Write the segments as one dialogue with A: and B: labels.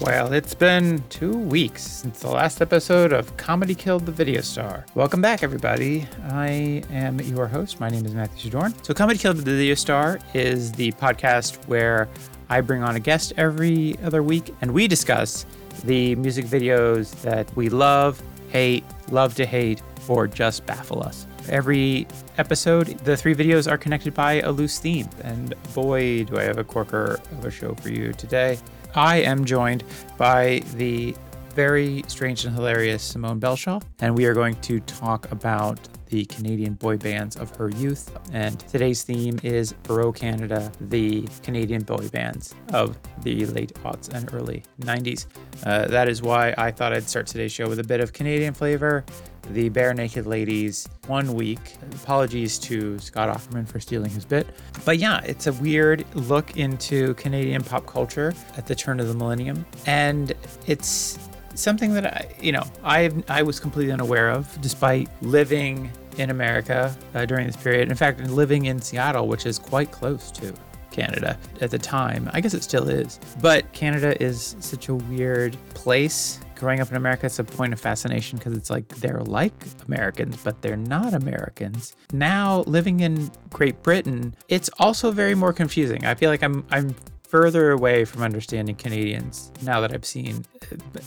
A: Well, it's been two weeks since the last episode of Comedy Killed the Video Star. Welcome back, everybody. I am your host. My name is Matthew Shadorn. So, Comedy Killed the Video Star is the podcast where I bring on a guest every other week and we discuss the music videos that we love, hate, love to hate, or just baffle us. Every episode, the three videos are connected by a loose theme. And boy, do I have a corker of a show for you today. I am joined by the very strange and hilarious Simone Belshaw, and we are going to talk about the Canadian boy bands of her youth. And today's theme is Baroque Canada, the Canadian boy bands of the late aughts and early 90s. Uh, that is why I thought I'd start today's show with a bit of Canadian flavor the Bare Naked Ladies one week. Apologies to Scott Offerman for stealing his bit. But yeah, it's a weird look into Canadian pop culture at the turn of the millennium. And it's something that I, you know, I I was completely unaware of despite living in America uh, during this period. In fact, living in Seattle, which is quite close to Canada at the time. I guess it still is. But Canada is such a weird place. Growing up in America, it's a point of fascination because it's like they're like Americans, but they're not Americans. Now living in Great Britain, it's also very more confusing. I feel like I'm I'm further away from understanding Canadians now that I've seen,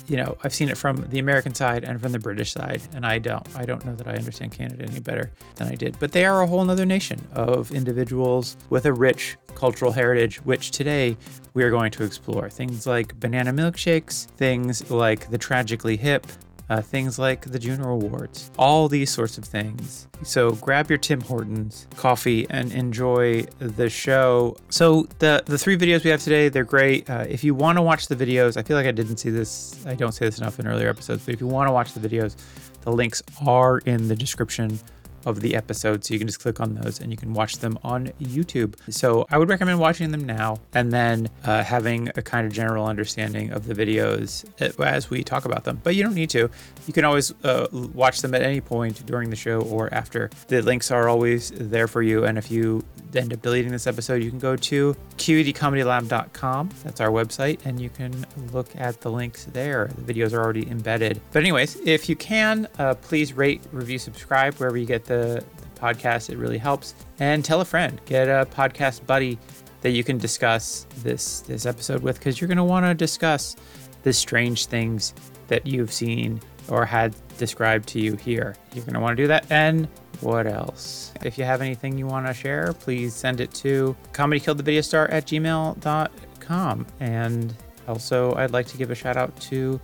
A: you know, I've seen it from the American side and from the British side, and I don't, I don't know that I understand Canada any better than I did. But they are a whole nother nation of individuals with a rich cultural heritage, which today we are going to explore. Things like banana milkshakes, things like the tragically hip, uh, things like the Juno Awards, all these sorts of things. So grab your Tim Hortons coffee and enjoy the show. So the the three videos we have today, they're great. Uh, if you want to watch the videos, I feel like I didn't see this. I don't say this enough in earlier episodes, but if you want to watch the videos, the links are in the description of the episode. So you can just click on those and you can watch them on YouTube. So I would recommend watching them now and then uh, having a kind of general understanding of the videos uh, as we talk about them. But you don't need to. You can always uh, watch them at any point during the show or after. The links are always there for you. And if you end up deleting this episode, you can go to E qedcomedylab.com. That's our website, and you can look at the links there. The videos are already embedded. But, anyways, if you can, uh, please rate, review, subscribe wherever you get the, the podcast. It really helps. And tell a friend, get a podcast buddy that you can discuss this this episode with, because you're going to want to discuss the strange things that you've seen or had described to you here. You're going to want to do that. And what else? If you have anything you want to share, please send it to comedykilledthevideostar at gmail.com. And also, I'd like to give a shout out to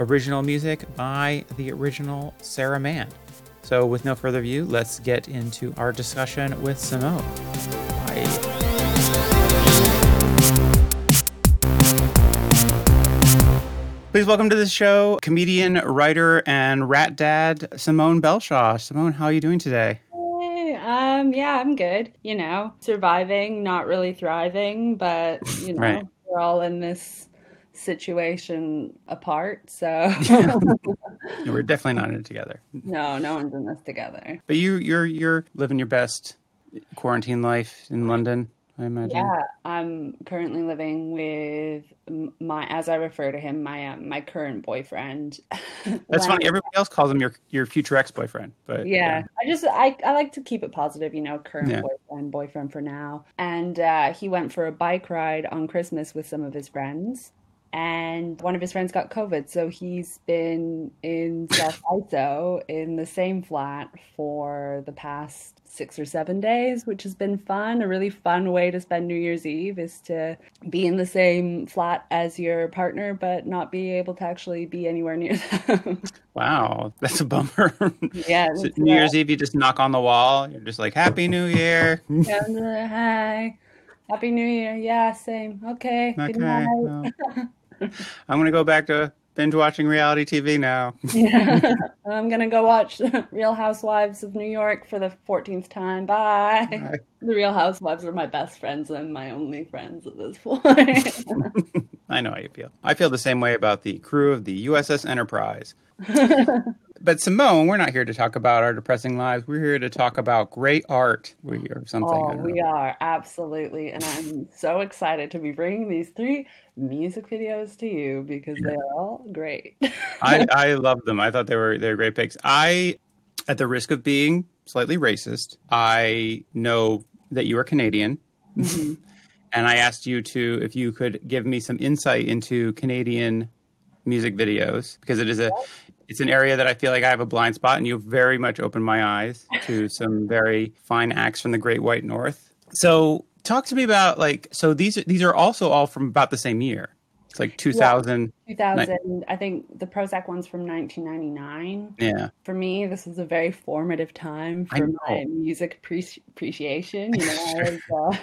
A: original music by the original Sarah Mann. So, with no further ado, let's get into our discussion with Simone. Bye. Please welcome to the show comedian, writer, and rat dad Simone Belshaw. Simone, how are you doing today?
B: Hey, um, yeah, I'm good. You know, surviving, not really thriving, but you know,
A: Right.
B: we're all in this situation apart. So
A: We're definitely not in it together,
B: no, no one's in this together.
A: but you you're you're living your best quarantine life in London, I imagine.
B: Yeah, I'm currently living with m- my, as I refer to him, my uh, my current boyfriend.
A: That's
B: Len.
A: funny. Everybody else calls him your your future ex boyfriend, but
B: yeah i just I, I like to keep it positive you know current
A: Yeah.
B: boyfriend boyfriend for now and uh, he went for a bike ride on christmas with some of his friends and one of his friends got covid so he's been in self iso in the same flat for the past six or seven days which has been fun a really fun way to spend new year's eve is to be in the same flat as your partner but not be able to actually be anywhere near them
A: Wow, that's a bummer.
B: yeah uh,
A: So
B: that's
A: New
B: rough.
A: Year's Eve, you just knock on the wall. You're just like, "Happy New Year."
B: And, uh, hi. Happy New Year. Yeah, same. Okay. Good
A: okay.
B: night.
A: well, I'm gonna go back to binge watching reality TV now.
B: Yeah. I'm gonna go watch Real Housewives of New York for the 14th time. Bye.
A: Bye.
B: The Real Housewives are my best friends and my only friends at this point.
A: I know how you feel. I feel the same way about the crew of the USS Enterprise. but Simone, we're not here to talk about our depressing lives. We're here to talk about great art we, or something. I
B: Oh,
A: don't
B: we
A: know.
B: are absolutely, and I'm so excited to be bringing these three music videos to you because they're all great.
A: I, I love them. I thought they were they're great picks. I, at the risk of being slightly racist, I know that you are Canadian,
B: Mhm.
A: and I asked you to if you could give me some insight into Canadian music videos because it is a it's an area that I feel like I have a blind spot, and you very much opened my eyes to some very fine acts from the Great White North. So talk to me about like so these these are also all from about the same year. It's like two thousand.
B: 2000, I think the Prozac one's from 1999.
A: Yeah.
B: For me, this was a very formative time
A: I
B: for my
A: know.
B: music appreci appreciation. You know, I was, uh,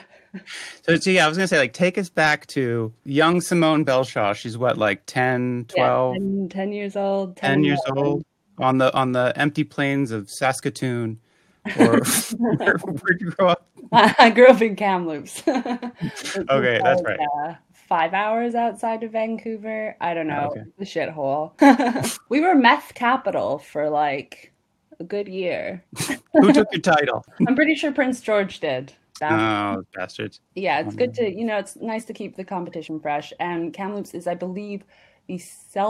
A: So, so yeah, I was going to say, like, take us back to young Simone Belshaw. She's what, like 10,
B: yeah,
A: 12,
B: 10, 10 years old, 10,
A: 10 years
B: 11.
A: old on the on the empty plains of Saskatoon or where, where'd you grow up?
B: I grew up in Kamloops. Which is
A: Okay, that's
B: like,
A: right.
B: uh, five hours outside of Vancouver. I don't
A: Oh,
B: know.
A: okay.
B: The shithole. we were meth capital for like a good year.
A: Who took your title?
B: I'm pretty sure Prince George did. That
A: Oh, bastards.
B: yeah, it's good
A: Wonderful.
B: to, you know, it's nice to keep the competition fresh. And Kamloops is, I believe, the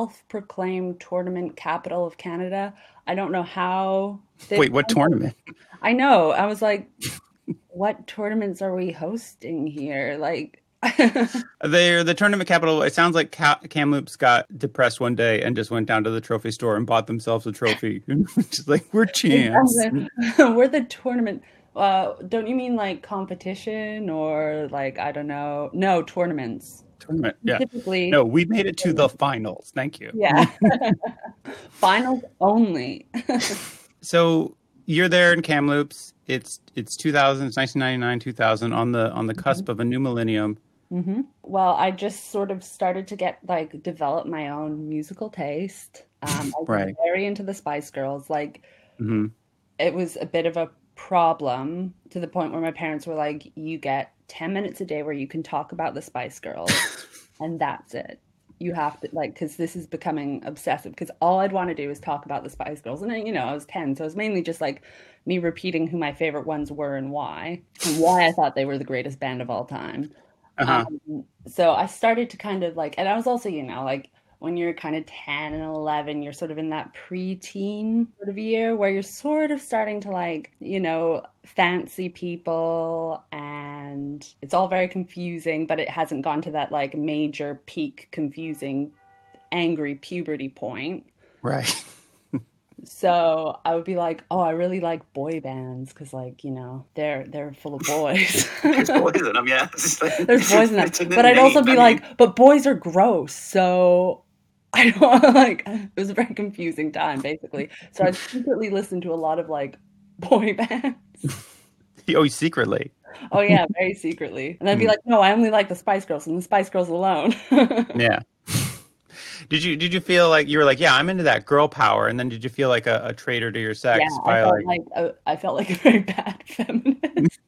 B: self-proclaimed tournament capital of Canada. I don't know how they
A: Wait, what tournament?
B: I know. I was like, what tournaments are we hosting here? Like,
A: They're the tournament capital. It sounds like Ca- Kamloops got depressed one day and just went down to the trophy store and bought themselves a trophy. just like, we're champs.
B: we're the tournament. Uh, don't you mean like competition or like, I don't know. No, tournaments.
A: Tournament. Yeah.
B: Typically,
A: No, we made it to the finals. Thank you.
B: yeah. Finals only.
A: So you're there in Kamloops. It's it's 2000, it's 1999, 2000 on the on the cusp of a new millennium.
B: hmm Well, I just sort of started to get like develop my own musical taste. Um, I was
A: Right.
B: very into the Spice Girls. Like,
A: hmm
B: it was a bit of a problem to the point where my parents were like, you get 10 minutes a day where you can talk about the Spice Girls, and that's it. You have to, like, because this is becoming obsessive. Because all I'd want to do is talk about the Spice Girls. And, I- you know, I was 10, so it was mainly just like me repeating who my favorite ones were and why, and why I thought they were the greatest band of all time.
A: Uh-huh.
B: Um, so I started to kind of like, and I was also, you know, like when you're kind of 10 and 11, you're sort of in that preteen sort of year where you're sort of starting to like, you know, fancy people and it's all very confusing, but it hasn't gone to that like major peak confusing, angry puberty point.
A: Right.
B: So I would be like, oh, I really like boy bands because like, you know, they're they're full of boys.
A: in them, yeah.
B: There's boys in that. But I'd also be like, but boys are gross. So I don't like it was a very confusing time basically. So I secretly listened to a lot of like boy bands.
A: oh, secretly.
B: Oh yeah, very secretly. And I'd be
A: Hmm.
B: like, no, I only like the Spice Girls and the Spice Girls alone.
A: Yeah. did you did you feel like you were like, yeah, I'm into that girl power, and then did you feel like a, a traitor to your sex
B: Yeah, I
A: by
B: felt
A: like
B: like a, I felt like a very bad feminist.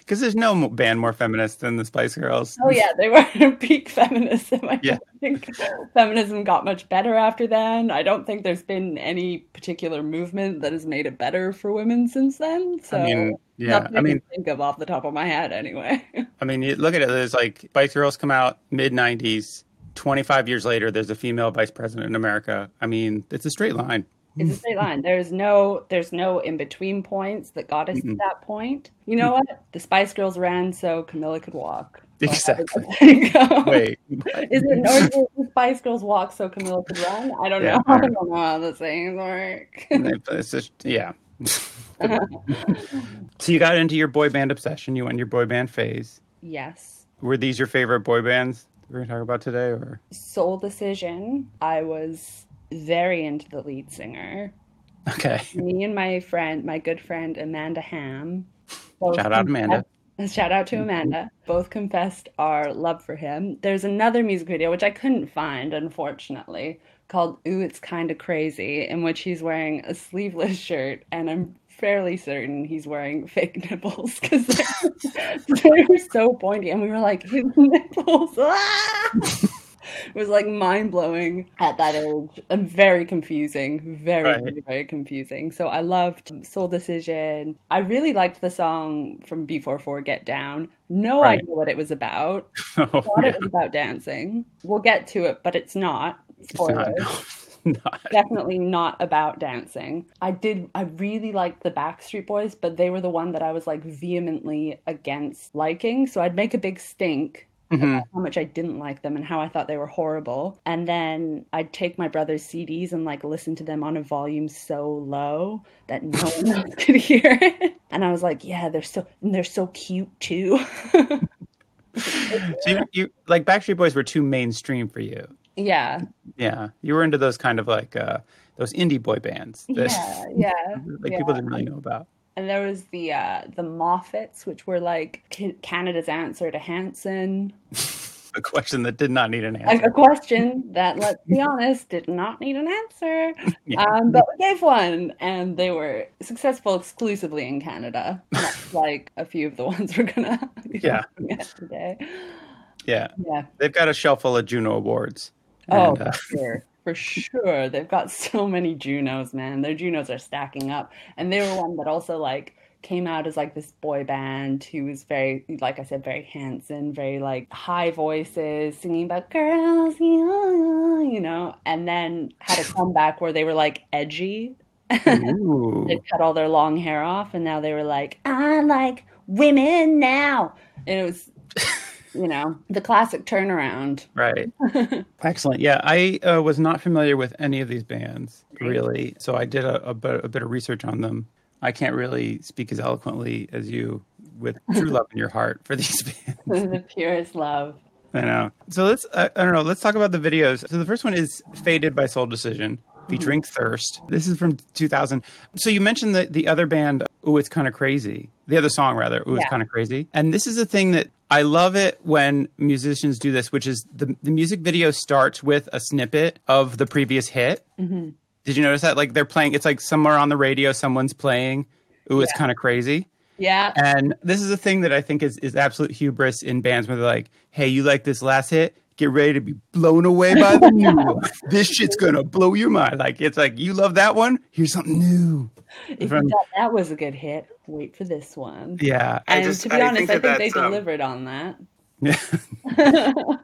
A: because there's no mo- band more feminist than the Spice Girls.
B: Oh yeah, they were peak feminists. and I
A: Yeah.
B: don't think feminism got much better after then. I don't think there's been any particular movement that has made it better for women since then. So
A: I mean, yeah.
B: nothing
A: I
B: I
A: mean, Mm.
B: can think of off the top of my head anyway.
A: I mean, you look at it. There's like Vice Girls come out mid '90s. 25 years later, there's a female vice president in America. I mean, it's a straight line.
B: It's a straight line. There's no there's no in between points that got us to
A: Mm-mm. Mm.
B: that point. You know what? The Spice Girls ran so Camilla could walk. So
A: Exactly.
B: there you go.
A: Wait.
B: Is it or is it the Spice Girls walk so Camilla could run? I don't
A: Yeah,
B: know.
A: I
B: I
A: don't
B: don't know how the sayings work.
A: It's just- yeah. so you got into your boy band obsession. You went in your boy band phase.
B: Yes.
A: Were these your favorite boy bands we're going to talk about today? Or
B: Soul Decision, I was very into the lead singer.
A: okay,
B: Me and my friend, my good friend Amanda Ham, both
A: shout out Amanda.
B: confessed- shout out to Amanda, both confessed our love for him. There's another music video which I couldn't find, unfortunately, called Ooh, It's Kinda Crazy, in which he's wearing a sleeveless shirt, and I'm fairly certain he's wearing fake nipples because they were so pointy, and we were like, his nipples. ah! was like mind blowing at that age and very confusing, very,
A: Right.
B: very, very confusing. So I loved Soul Decision. I really liked the song from B44 Get Down. No
A: Right.
B: idea what it was about.
A: Oh,
B: Thought
A: yeah.
B: it was about dancing. We'll get to it, but it's not.
A: It's not,
B: Spoiler
A: no, it's not.
B: definitely not about dancing. I did I really liked the Backstreet Boys, but they were the one that I was like vehemently against liking. So I'd make a big stink
A: Mhm.
B: how much I didn't like them and how I thought they were horrible. And then I'd take my brother's CDs and like listen to them on a volume so low that no one else could hear it. And I was like, yeah, they're so and they're so cute too.
A: So you, you like Backstreet Boys were too mainstream for you.
B: yeah.
A: Yeah, you were into those kind of like uh, those indie boy bands that
B: Yeah, yeah.
A: like people didn't really know about.
B: And there was the uh, the Moffats, which were like Ca- Canada's answer to Hanson.
A: A question that did not need an
B: A,
A: answer.
B: a question that, let's be honest, did not need an answer,
A: Yeah.
B: um, but we gave one, and they were successful exclusively in Canada. Not like a few of the ones we're gonna be
A: Yeah.
B: looking at today.
A: yeah,
B: Yeah.
A: they've got a shelf full of Juno awards.
B: Oh,
A: And, uh,
B: for sure. For sure. They've got so many Junos, man. Their Junos are stacking up. And they were one that also like came out as like this boy band who was very, like I said, very handsome, very like high voices, singing about girls, yeah, you know, and then had a comeback where they were like edgy.
A: uh, ooh.
B: They cut all their long hair off and now they were like, I like women now. And it was, you know, the classic turnaround.
A: Right. Excellent. Yeah, I uh, was not familiar with any of these bands really, so I did a, a, bit, a bit of research on them. I can't really speak as eloquently as you with true love in your heart for these bands.
B: the purest love.
A: I know. So let's, I, I don't know, let's talk about the videos. So the first one is Faded by Soul Decision featuring Thirst. This is from 2000. So you mentioned the, the other band, Ooh, It's Kind of Crazy. The other song, rather, Ooh, It's
B: Yeah.
A: Kind of Crazy. And this is a thing that I love it when musicians do this, which is the, the music video starts with a snippet of the previous hit.
B: Mhm.
A: Did you notice that? Like they're playing, it's like somewhere on the radio, someone's playing Ooh, It's Kind of Crazy.
B: Yeah.
A: And this is a thing that I think is, is absolute hubris in bands where they're like, hey, you like this last hit? Get ready to be blown away by the new one. This shit's gonna blow your mind. Like it's like you love that one. Here's something new.
B: If
A: From-
B: you thought that was a good hit, wait for this one.
A: Yeah,
B: And to be honest, I think they
A: that's, um,
B: delivered on that.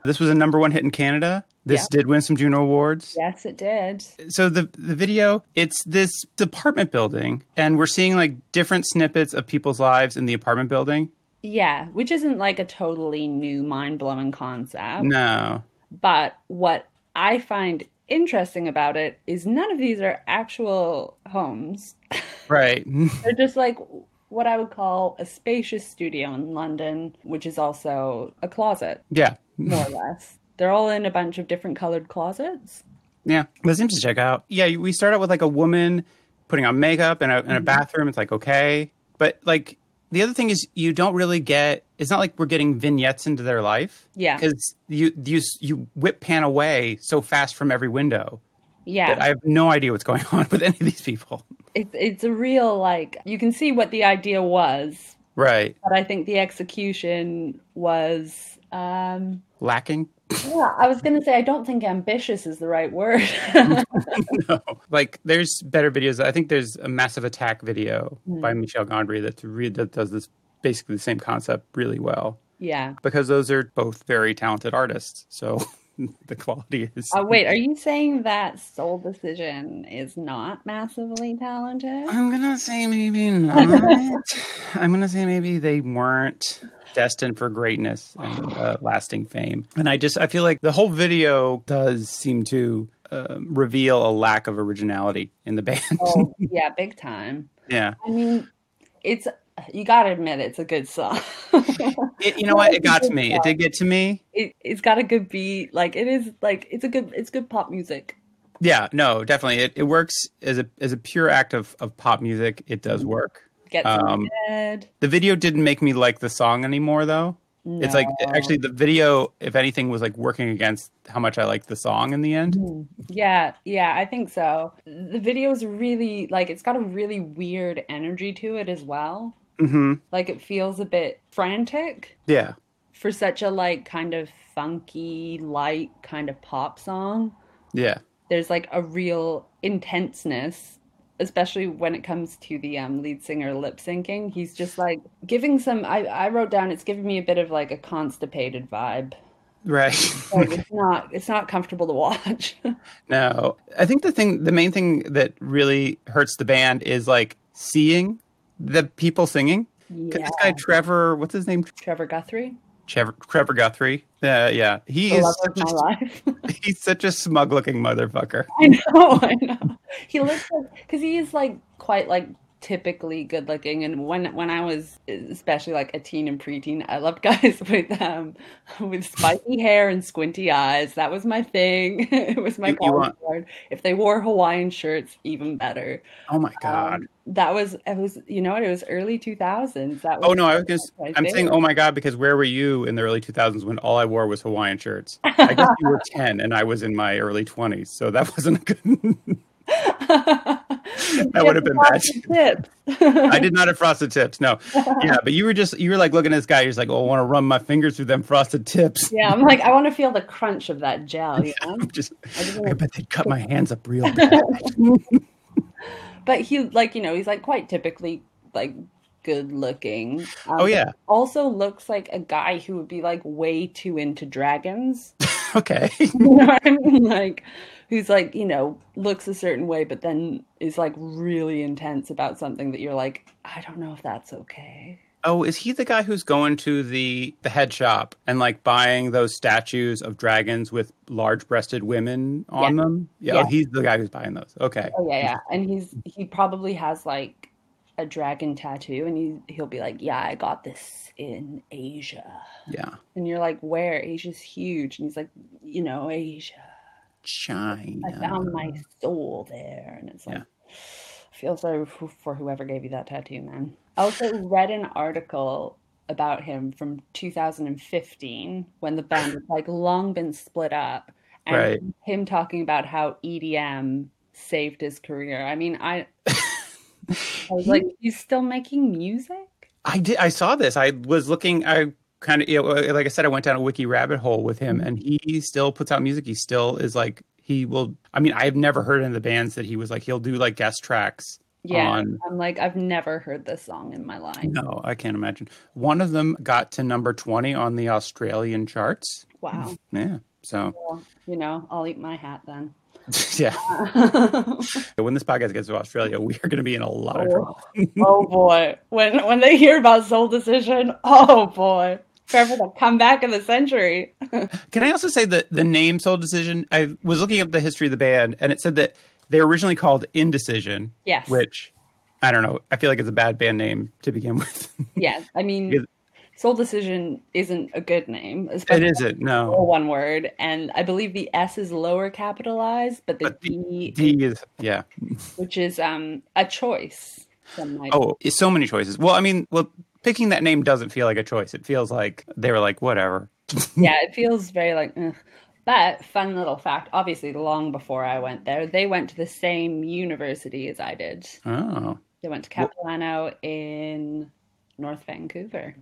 A: this was a number one hit in Canada. This did win some Juno awards.
B: Yes, it did.
A: So the the video, it's this apartment building, and we're seeing like different snippets of people's lives in the apartment building.
B: Yeah, which isn't like a totally new, mind blowing concept.
A: No,
B: But what I find interesting about it is none of these are actual homes.
A: right?
B: They're just like what I would call a spacious studio in London, which is also a closet,
A: yeah,
B: more or less. They're all in a bunch of different colored closets.
A: Yeah, that seems to check out. Yeah, we start out with like a woman putting on makeup in a, in a bathroom. It's like okay, but like the other thing is you don't really get. It's not like we're getting vignettes into their life
B: Yeah.
A: because you you s- you whip pan away so fast from every window
B: Yeah.
A: that I have no idea what's going on with any of these people.
B: It's it's a real like you can see what the idea was,
A: Right,
B: but I think the execution was um
A: lacking.
B: yeah, I was gonna say I don't think ambitious is the right word.
A: no, like there's better videos. I think there's a massive attack video
B: Mm.
A: by Michel Gondry that's re- that does this basically the same concept really well.
B: Yeah.
A: because those are both very talented artists. So the quality is.
B: Uh, wait, are you saying that Soul Decision is not massively talented?
A: I'm gonna say maybe not. I'm gonna say maybe they weren't destined for greatness and uh, lasting fame. And I just I feel like the whole video does seem to uh, reveal a lack of originality in the band.
B: Oh, yeah, big time.
A: yeah,
B: I mean, it's you gotta admit it's a good song.
A: it, you know what? It got to me. It did get to me.
B: It it's got a good beat. Like it is like it's a good it's good pop music.
A: Yeah, no, definitely. It, it works as a as a pure act of, of pop music. It does work.
B: Gets in
A: Um,
B: the head.
A: The video didn't make me like the song anymore, though. It's like
B: No.
A: actually the video, if anything, was like working against how much I liked the song in the end.
B: Mm. Yeah, yeah, I think so. The video's really like it's got a really weird energy to it as well.
A: Mm-hmm.
B: Like it feels a bit frantic
A: Yeah.
B: for such a like kind of funky, light kind of pop song,
A: Yeah.
B: there's like a real intenseness, especially when it comes to the um, lead singer lip syncing. He's just like giving some, I, I wrote down it's giving me a bit of like a constipated vibe.
A: Right.
B: Like it's not it's not comfortable to watch.
A: No, I think the thing, the main thing that really hurts the band is like seeing the people singing. 'Cause
B: Yeah.
A: This guy Trevor, what's his name?
B: Trevor Guthrie,
A: Trevor, Trevor Guthrie. Uh, yeah, he
B: the
A: is
B: love of
A: such
B: my
A: a,
B: life.
A: he's such a smug looking motherfucker.
B: I know, I know. He looks like because he is like quite like typically good looking. And when when I was especially like a teen and preteen, I loved guys with um with spiky hair and squinty eyes. That was my thing. It was my
A: You- you
B: calling
A: want-
B: card. If they wore Hawaiian shirts, even better.
A: Oh my god.
B: Um, that was it was you know what it was early two thousands. That was
A: oh no, I was just.
B: my
A: I'm
B: thing.
A: saying, oh my god, because where were you in the early 2000s when all I wore was Hawaiian shirts? I guess you were 10 and I was in my early 20s, so that wasn't a good. that would have been bad.
B: bad.
A: I did not have frosted tips. No, yeah, but you were just you were like looking at this guy. He's like, oh, I want to run my fingers through them frosted tips.
B: Yeah, I'm like, I want to feel the crunch of that gel, you know?
A: just,
B: I just
A: I
B: wanna-
A: bet they'd cut my hands up real bad.
B: but he, like, you know, he's like quite typically like good looking. Um,
A: Oh yeah,
B: but Also looks like a guy who would be like way too into dragons.
A: okay.
B: You know what I mean? Like, who's like, you know, looks a certain way, but then is like really intense about something that you're like, I don't know if that's okay.
A: Oh, is he the guy who's going to the the head shop and like buying those statues of dragons with large breasted women on them? Yeah,
B: Yeah.
A: Oh, he's the guy who's buying those. Okay,
B: Oh yeah, yeah. And he's he probably has like a dragon tattoo and he he'll be like, "Yeah, I got this in Asia."
A: yeah,
B: And you're like, "Where? Asia's huge." And he's like, "You know, Asia. I
A: China.
B: found my soul there." And it's like
A: Yeah.
B: I feel sorry for for whoever gave you that tattoo, man. I also read an article about him from 2015 when the band had like long been split up and
A: Right.
B: him talking about how EDM saved his career. I mean, I I was like, he's still making music?
A: I did. I saw this. I was looking. I kind of you know, like I said, I went down a wiki rabbit hole with him, and he still puts out music. He still is like he will. I mean, I've never heard in the bands that he was like he'll do like guest tracks.
B: Yeah.
A: On
B: I'm like, I've never heard this song in my life.
A: no, I can't imagine. One of them got to number twenty on the Australian charts.
B: Wow.
A: Yeah. So
B: Well, you know, I'll eat my hat then.
A: yeah,
B: oh,
A: when this podcast gets to Australia, we are going to be in a lot of trouble.
B: oh boy. When when they hear about Soul Decision, oh boy. Trevor the comeback of the century.
A: Can I also say that the name Soul Decision? I was looking up the history of the band, and it said that they were originally called Indecision.
B: Yes.
A: which I don't know. I feel like it's a bad band name to begin with.
B: Yeah. I mean
A: Yeah.
B: Soul Decision isn't a good name,
A: it
B: especially
A: isn't. No,
B: all one word. And I believe the S is lower capitalized, but the
A: But the
B: D
A: D is yeah.
B: which is um a choice. Some might
A: Oh, it's so many choices. Well, I mean, well, picking that name doesn't feel like a choice. It feels like they were like whatever.
B: yeah, it feels very like. Ugh. But fun little fact, obviously, long before I went there, they went to the same university as I did.
A: Oh,
B: They went to
A: Wha-
B: Capilano in North Vancouver.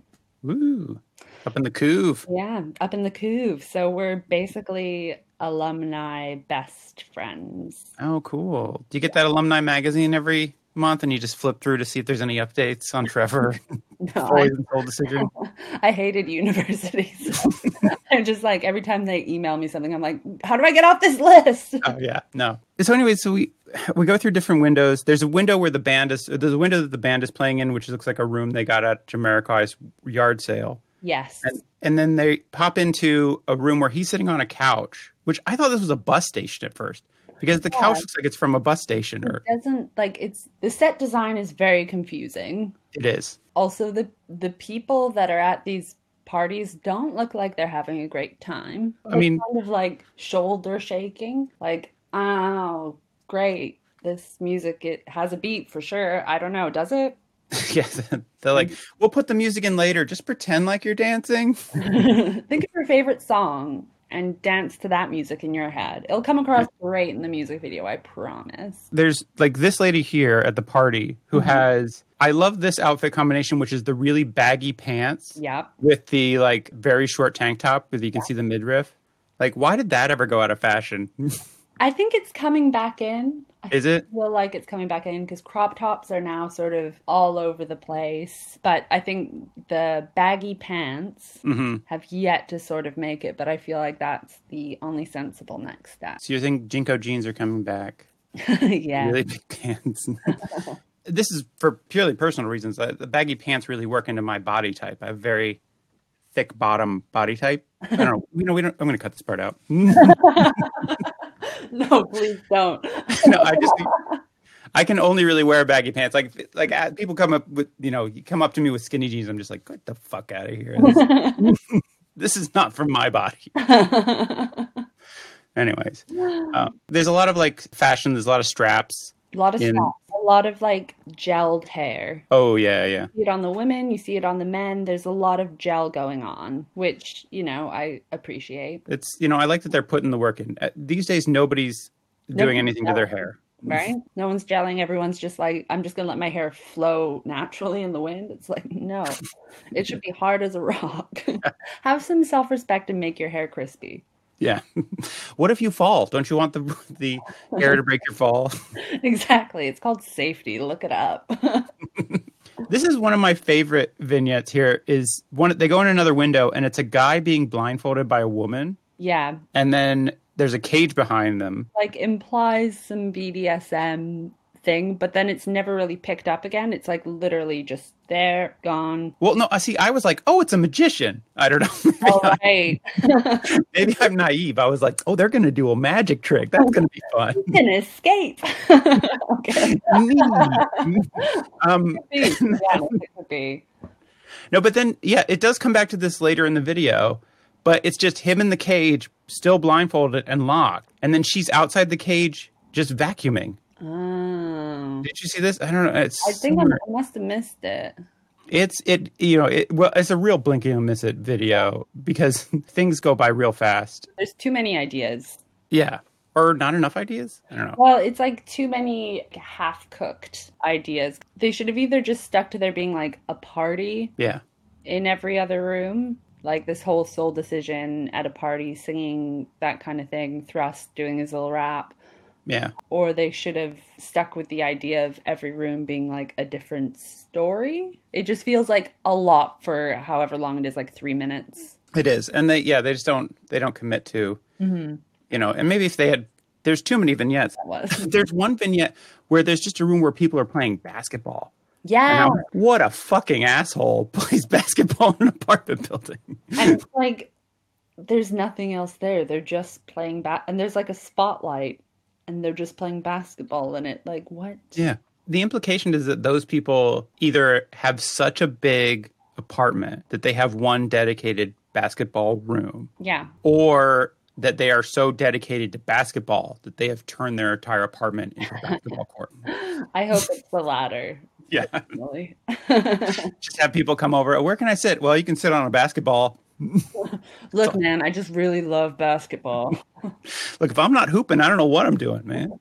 A: ooh, up in the couve.
B: Yeah, up in the Couve. So we're basically alumni best friends.
A: Oh, cool. Do you get that alumni magazine every month, and you just flip through to see if there's any updates on Trevor
B: No, I,
A: Floyd's whole decision?
B: I hated universities. I'm just like, every time they email me something, I'm like, how do I get off this list?
A: oh yeah no so anyway so we we go through different windows there's a window where the band is there's a window that the band is playing in which looks like a room they got at Jamiroquai's yard sale
B: Yes.
A: and and then they pop into a room where he's sitting on a couch which i thought this was a bus station at first because the couch
B: Yeah.
A: looks like it's from a bus station or
B: doesn't like it's the set design is very confusing.
A: it is
B: Also, the the people that are at these parties don't look like they're having a great time.
A: I
B: They're
A: mean-
B: kind of like shoulder shaking, like, oh, great. This music, it has a beat for sure. I don't know, does it?
A: yes they're like we'll put the music in later just pretend like you're dancing
B: Think of your favorite song and dance to that music in your head. It'll come across great in the music video, I promise.
A: there's like this lady here at the party who
B: Mhm.
A: has I love this outfit combination, which is the really baggy pants
B: Yep.
A: with the like very short tank top because you can see the midriff. Like, why did that ever go out of fashion?
B: I think it's coming back in. I
A: is it?
B: feel like it's coming back in because crop tops are now sort of all over the place. But I think the baggy pants
A: hmm
B: have yet to sort of make it. But I feel like that's the only sensible next step.
A: So you think Jinko jeans are coming back?
B: yeah.
A: Really big pants. this is for purely personal reasons. Uh, The baggy pants really work into my body type. I have very thick bottom body type. I don't know. You know, we don't. I'm going to cut this part out.
B: No, please don't.
A: no, I just I can only really wear baggy pants. Like like uh, people come up with you know you come up to me with skinny jeans. I'm just like get the fuck out of here. This, this is not for my body.
B: a
A: Anyways, um, there's a lot of like fashion. There's a lot of straps.
B: lot of
A: In-
B: straps, a lot of like gelled hair.
A: Oh yeah yeah.
B: You see it on the women, you see it on the men. There's a lot of gel going on, which, you know, I appreciate,
A: It's you know I like that they're putting the work in. Uh, these days nobody's doing
B: Nobody's
A: anything to their hair.
B: right? No one's gelling. Everyone's just like, I'm just going to let my hair flow naturally in the wind. It's like, no, it should be hard as a rock. Have some self respect and make your hair crispy.
A: Yeah. what if you fall? Don't you want the the hair to break your fall?
B: Exactly. It's called safety. Look it up.
A: This is one of my favorite vignettes here is one they go in another window and it's a guy being blindfolded by a woman
B: yeah.
A: and then there's a cage behind them.
B: like implies some BDSM thing, but then it's never really picked up again. It's like literally just there, gone.
A: Well, no, I see I was like, "Oh, it's a magician." I don't know.
B: All right.
A: Maybe I'm naive. I was like, "Oh, they're going to do a magic trick. That's going to be fun."
B: You can escape. okay.
A: Neat. um
B: Yeah, it could be.
A: no, but then yeah, it does come back to this later in the video, but it's just him in the cage still blindfolded and locked. And then she's outside the cage just vacuuming.
B: Oh.
A: Did you see this? I don't know. It's
B: I think I'm,
A: somewhere-
B: I must have missed it.
A: it's it you know it well it's a real blink and miss it video because things go by real fast.
B: There's too many ideas.
A: Yeah, or not enough ideas. I don't know.
B: Well, it's like too many half cooked ideas. They should have either just stuck to there being like a party
A: Yeah,
B: in every other room. Like this whole soul decision at a party, singing that kind of thing, Thrust doing his little rap.
A: yeah,
B: Or they should have stuck with the idea of every room being like a different story. It just feels like a lot for however long it is, like three minutes.
A: it is. And they yeah they just don't they don't commit to
B: Mm-hmm.
A: you know. And maybe if they had there's too many vignettes.
B: That was.
A: There's one vignette where there's just a room where people are playing basketball. And
B: Yeah.
A: I'm like, what a fucking asshole plays basketball in an apartment building.
B: And it's like there's nothing else there. They're just playing bat and there's like a spotlight and they're just playing basketball in it. Like what?
A: Yeah. The implication is that those people either have such a big apartment that they have one dedicated basketball room
B: Yeah.
A: or that they are so dedicated to basketball that they have turned their entire apartment into a basketball court.
B: I hope it's the latter.
A: Yeah.
B: Really.
A: Just have people come over. Where can I sit? Well, you can sit on a basketball.
B: Look, man, I just really love basketball.
A: Look, if I'm not hooping, I don't know what I'm doing, man.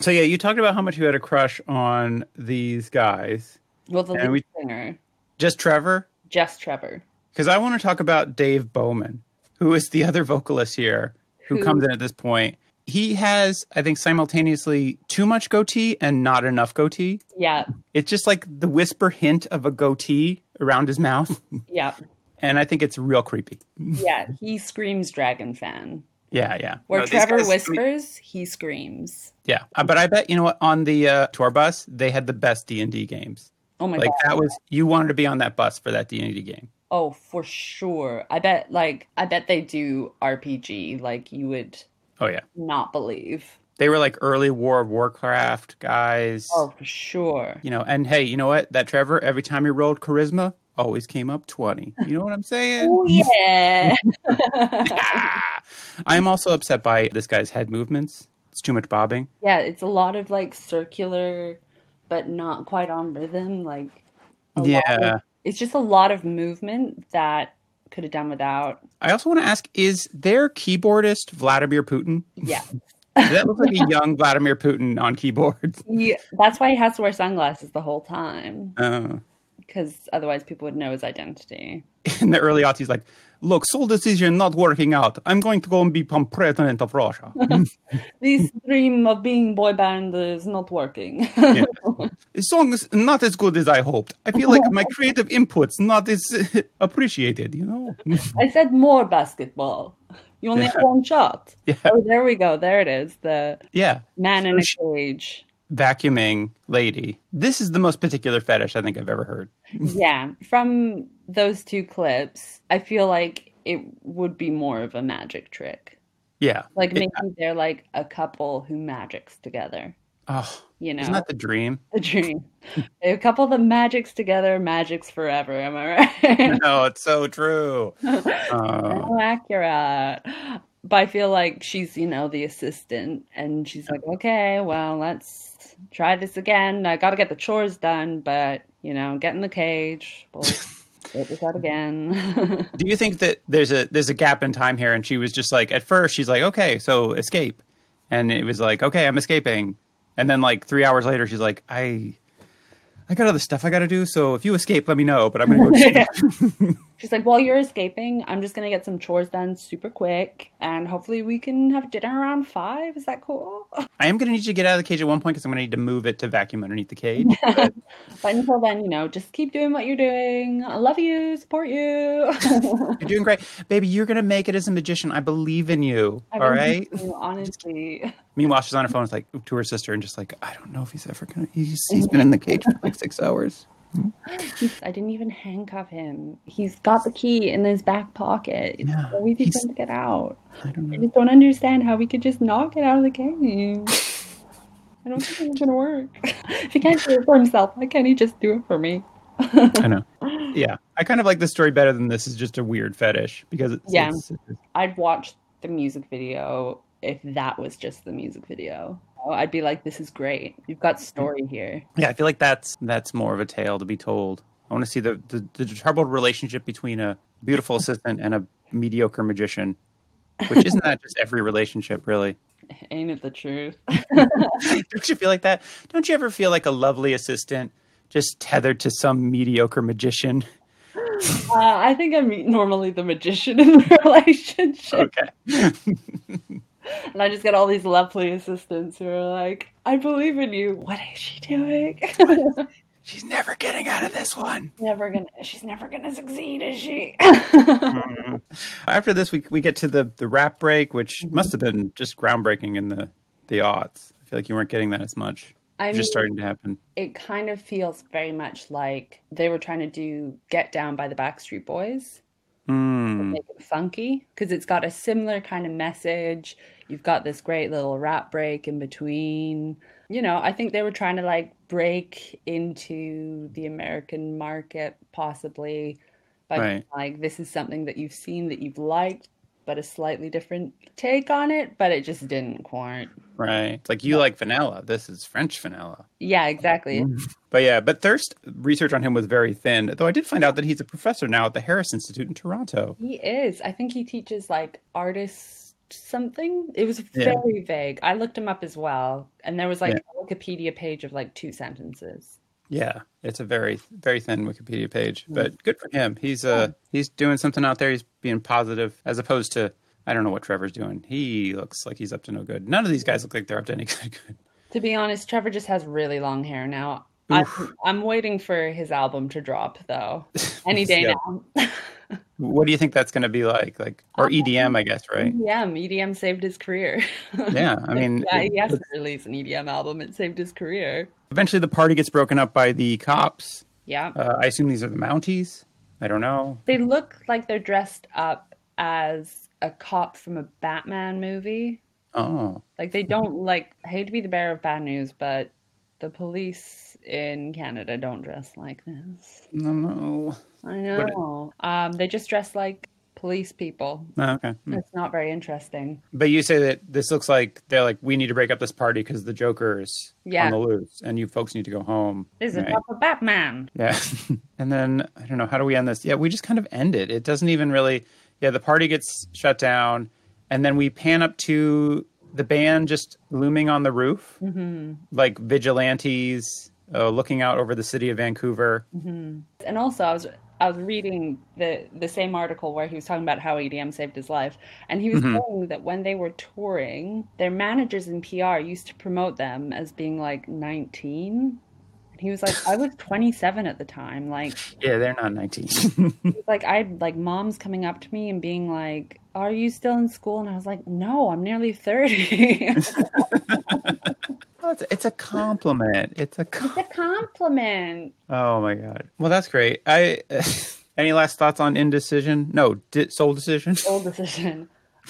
A: so, yeah, you talked about how much you had a crush on these guys.
B: Well, the
A: And
B: lead
A: we-
B: singer,
A: Just Trevor?
B: Jess Trevor,
A: because I want to talk about Dave Bowman, who is the other vocalist here, who,
B: Who-
A: comes in at this point. He has, I think, simultaneously too much goatee and not enough goatee.
B: yeah,
A: It's just like the whisper hint of a goatee around his mouth,
B: yeah,
A: and I think it's real creepy.
B: yeah. He screams Dragon Fan.
A: Yeah, yeah.
B: Where
A: No, these
B: Trevor
A: guys- I mean,
B: whispers, he screams.
A: yeah, Uh, but I bet you know what? On the uh, tour bus, they had the best D and D games.
B: Oh my
A: Like
B: god!
A: that was you wanted to be on that bus for that D and D game.
B: Oh, for sure. I bet, like, I bet they do RPG. Like, you would
A: Oh yeah,
B: not believe.
A: they were like early War of Warcraft guys.
B: Oh, for sure.
A: You know, and hey, you know what? That Trevor, every time he rolled charisma, always came up 20. You know what I'm saying?
B: Oh yeah.
A: Ah! I'm also upset by this guy's head movements. It's too much bobbing.
B: Yeah, it's a lot of like circular, but not quite on rhythm. Like, a lot of-
A: Yeah.
B: it's just a lot of movement that could have done without.
A: I also want to ask is their keyboardist Vladimir Putin?
B: Yeah.
A: That looks like a young Vladimir Putin on keyboard.
B: He, that's why he has to wear sunglasses the whole time,
A: Uh,
B: because otherwise people would know his identity.
A: in the early aughts, he's like, "Look, soul decision not working out. I'm going to go and become president of Russia."
B: This dream of being boy band is not working.
A: Yeah. the song's not as good as I hoped. I feel like my creative input's not as appreciated. You know?
B: I said more basketball. You only have one shot.
A: Yeah.
B: Oh, there we go. There it is. The
A: yeah.
B: man in a
A: Shush.
B: cage.
A: Vacuuming lady. This is the most particular fetish I think I've ever heard.
B: Yeah. From those two clips, I feel like it would be more of a magic trick.
A: Yeah.
B: Like
A: It-
B: maybe they're like a couple who magics together.
A: oh,
B: You know,
A: isn't that the dream?
B: the dream. a couple that magics together, magics forever. Am I
A: No, it's so true.
B: right?
A: Uh,
B: Oh, accurate. But I feel like she's, you know, the assistant, and she's like, okay, well, let's try this again. I gotta get the chores done, but, you know, get in the cage. We'll get this out again.
A: do you think that there's a there's a gap in time here? And she was just like, at first, she's like, okay, so escape, and it was like, okay, I'm escaping, and then like three hours later, she's like, I. I got other stuff I got to do, so if you escape, let me know. But I'm gonna go.
B: She's like, while you're escaping, I'm just gonna get some chores done super quick, and hopefully we can have dinner around five. Is that cool?
A: I am going to need you to get out of the cage at one point because I'm going to need to move it to vacuum underneath the cage.
B: But until then, you know, just keep doing what you're doing. I love you, support you.
A: You're doing great. Baby, you're going to make it as a magician. I believe in you.
B: I
A: all
B: really
A: right.
B: do, Honestly.
A: Meanwhile, she's on her phone it's like to her sister and just like, I don't know if he's ever going to. He's, he's been in the cage for like six hours.
B: He's- I didn't even handcuff him. He's got the key in his back pocket. It's
A: Yeah,
B: so easy for
A: he's-
B: him to get out.
A: I don't
B: I
A: know.
B: just don't understand how we could just knock it out of the cage. I don't think it's gonna work. if he can't do it for himself, why can't he just do it for me?
A: I know. Yeah. I kind of like this story better than this is just a weird fetish because it's.
B: Yeah.
A: it's- it's-
B: I'd watch the music video if that was just the music video. Oh, I'd be like, this is great. You've got story here.
A: yeah. I feel like that's that's more of a tale to be told. I want to see the, the, the troubled relationship between a beautiful assistant and a mediocre magician, which isn't that just every relationship, really?
B: Ain't it the truth?
A: Don't you feel like that? Don't you ever feel like a lovely assistant just tethered to some mediocre magician?
B: Uh, I think I'm normally the magician in the relationship.
A: Okay.
B: And I just get all these lovely assistants who are like, I believe in you. What is she doing?
A: She's never getting out of this one.
B: never gonna she's never gonna succeed, is she?
A: After this, we, we get to the, the rap break, which
B: Mhm.
A: must have been just groundbreaking in the, the aughts. I feel like you weren't getting that as much.
B: I
A: It's
B: mean
A: just starting to happen.
B: it kind of feels very much like they were trying to do Get Down by the Backstreet Boys,
A: Hmm.
B: make it funky, because it's got a similar kind of message. You've got this great little rap break in between. You know, I think they were trying to like break into the American market possibly by
A: Right.
B: like this is something that you've seen that you've liked but a slightly different take on it but it just didn't quite
A: Right. It's like you like vanilla. This is French vanilla.
B: yeah exactly
A: But yeah, but Thirst research on him was very thin, though I did find out that he's a professor now at the Harris Institute in Toronto.
B: he is i think he teaches like artists something it was
A: Yeah.
B: very vague i looked him up as well and there was like
A: Yeah.
B: a wikipedia page of like two sentences
A: Yeah, it's a very very thin Wikipedia page,
B: Mm.
A: but good for him. He's uh he's doing something out there. He's being positive as opposed to I don't know what Trevor's doing. He looks like he's up to no good. None of these guys look like they're up to any good.
B: to be honest trevor just has really long hair now I'm, I'm waiting for his album to drop though any day
A: Yeah.
B: now
A: What do you think that's going to be like? Like or EDM, I guess, right?
B: EDM EDM saved his career
A: Yeah, I mean,
B: Yeah, he has to release an EDM album. It saved his career.
A: eventually the party gets broken up by the cops.
B: Yeah.
A: Uh, I assume these are the Mounties. I don't know.
B: They look like they're dressed up as a cop from a Batman movie.
A: Oh,
B: Like they don't like I hate to be the bearer of bad news, but the police in Canada don't dress like this.
A: no, no.
B: I
A: What-
B: know. Um, they just dress like police people.
A: Oh, okay. Hmm.
B: It's not very interesting.
A: But you say that this looks like they're like we need to break up this party because the Joker's
B: Yeah.
A: on the loose, and you folks need to go home.
B: This is
A: Right.
B: not for Batman.
A: Yeah. and then I don't know how do we end this? Yeah, we just kind of end it. It doesn't even really. Yeah, the party gets shut down, and then we pan up to the band just looming on the roof,
B: Mhm.
A: like vigilantes uh, looking out over the city of Vancouver.
B: And also, I was I was reading the the same article where he was talking about how EDM saved his life, and he was
A: Mhm.
B: saying that when they were touring, their managers in PR used to promote them as being like 19. And he was like, I was 27 at the time. Like,
A: Yeah, they're not 19.
B: he was like I had like moms coming up to me and being like, "Are you still in school?" And I was like, "No, I'm nearly 30." it's
A: Well, it's, it's a compliment. It's a com-
B: a compliment.
A: oh my god. Well, that's great. I any last thoughts on indecision? No, di- soul decision.
B: Old decision.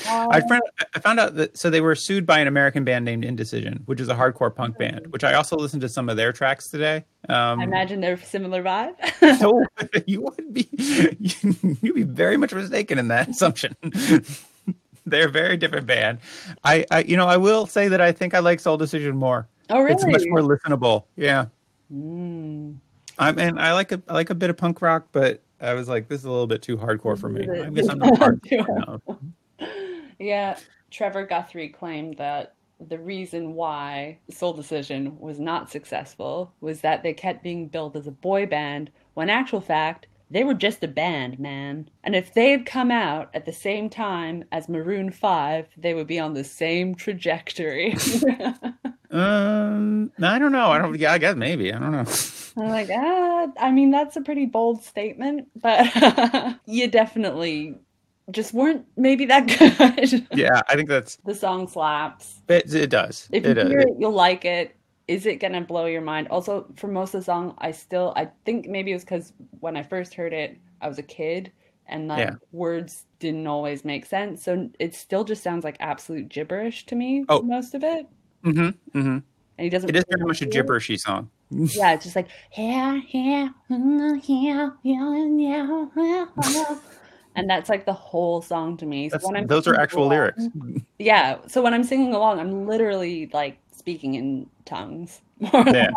A: I
B: Um,
A: found, I found out that so they were sued by an American band named Indecision, which is a hardcore punk band. Which I also listened to some of their tracks today. Um,
B: I imagine they're similar vibe.
A: so you would be you'd be very much mistaken in that assumption. They're a very different band. I, I you know I will say that I think I like Soul Decision more.
B: oh, really?
A: It's much more listenable. Yeah.
B: Mm.
A: I mean, I like a I like a bit of punk rock, but I was like, this is a little bit too hardcore for me. I guess I'm not hardcore enough.
B: Yeah, Trevor Guthrie claimed that the reason why Soul Decision was not successful was that they kept being billed as a boy band, when actual fact, they were just a band, man. And if they had come out at the same time as Maroon 5, they would be on the same trajectory. I'm
A: Um, I don't know. I don't. Yeah, I guess maybe. I don't know.
B: like, ah, I mean, that's a pretty bold statement, but you definitely just weren't maybe that good.
A: Yeah, I think that's
B: The song slaps.
A: it. It does.
B: If
A: it,
B: you
A: does.
B: hear it, you'll like it. Is it gonna blow your mind? Also, for most of the song, I still I think maybe it was because when I first heard it, I was a kid and like
A: Yeah.
B: words didn't always make sense. So it still just sounds like absolute gibberish to me,
A: Oh.
B: most of it.
A: Mm-hmm, mm-hmm.
B: And he doesn't
A: It is very much a gibberishy song.
B: Yeah, it's just like yeah, yeah, mm, yeah, yeah, yeah, yeah, yeah." and that's like the whole song to me. So
A: That's,
B: when I'm
A: those are
B: singing
A: actual
B: along-
A: lyrics.
B: Yeah, so when I'm singing along, I'm literally like speaking in tongues, more or
A: Yeah.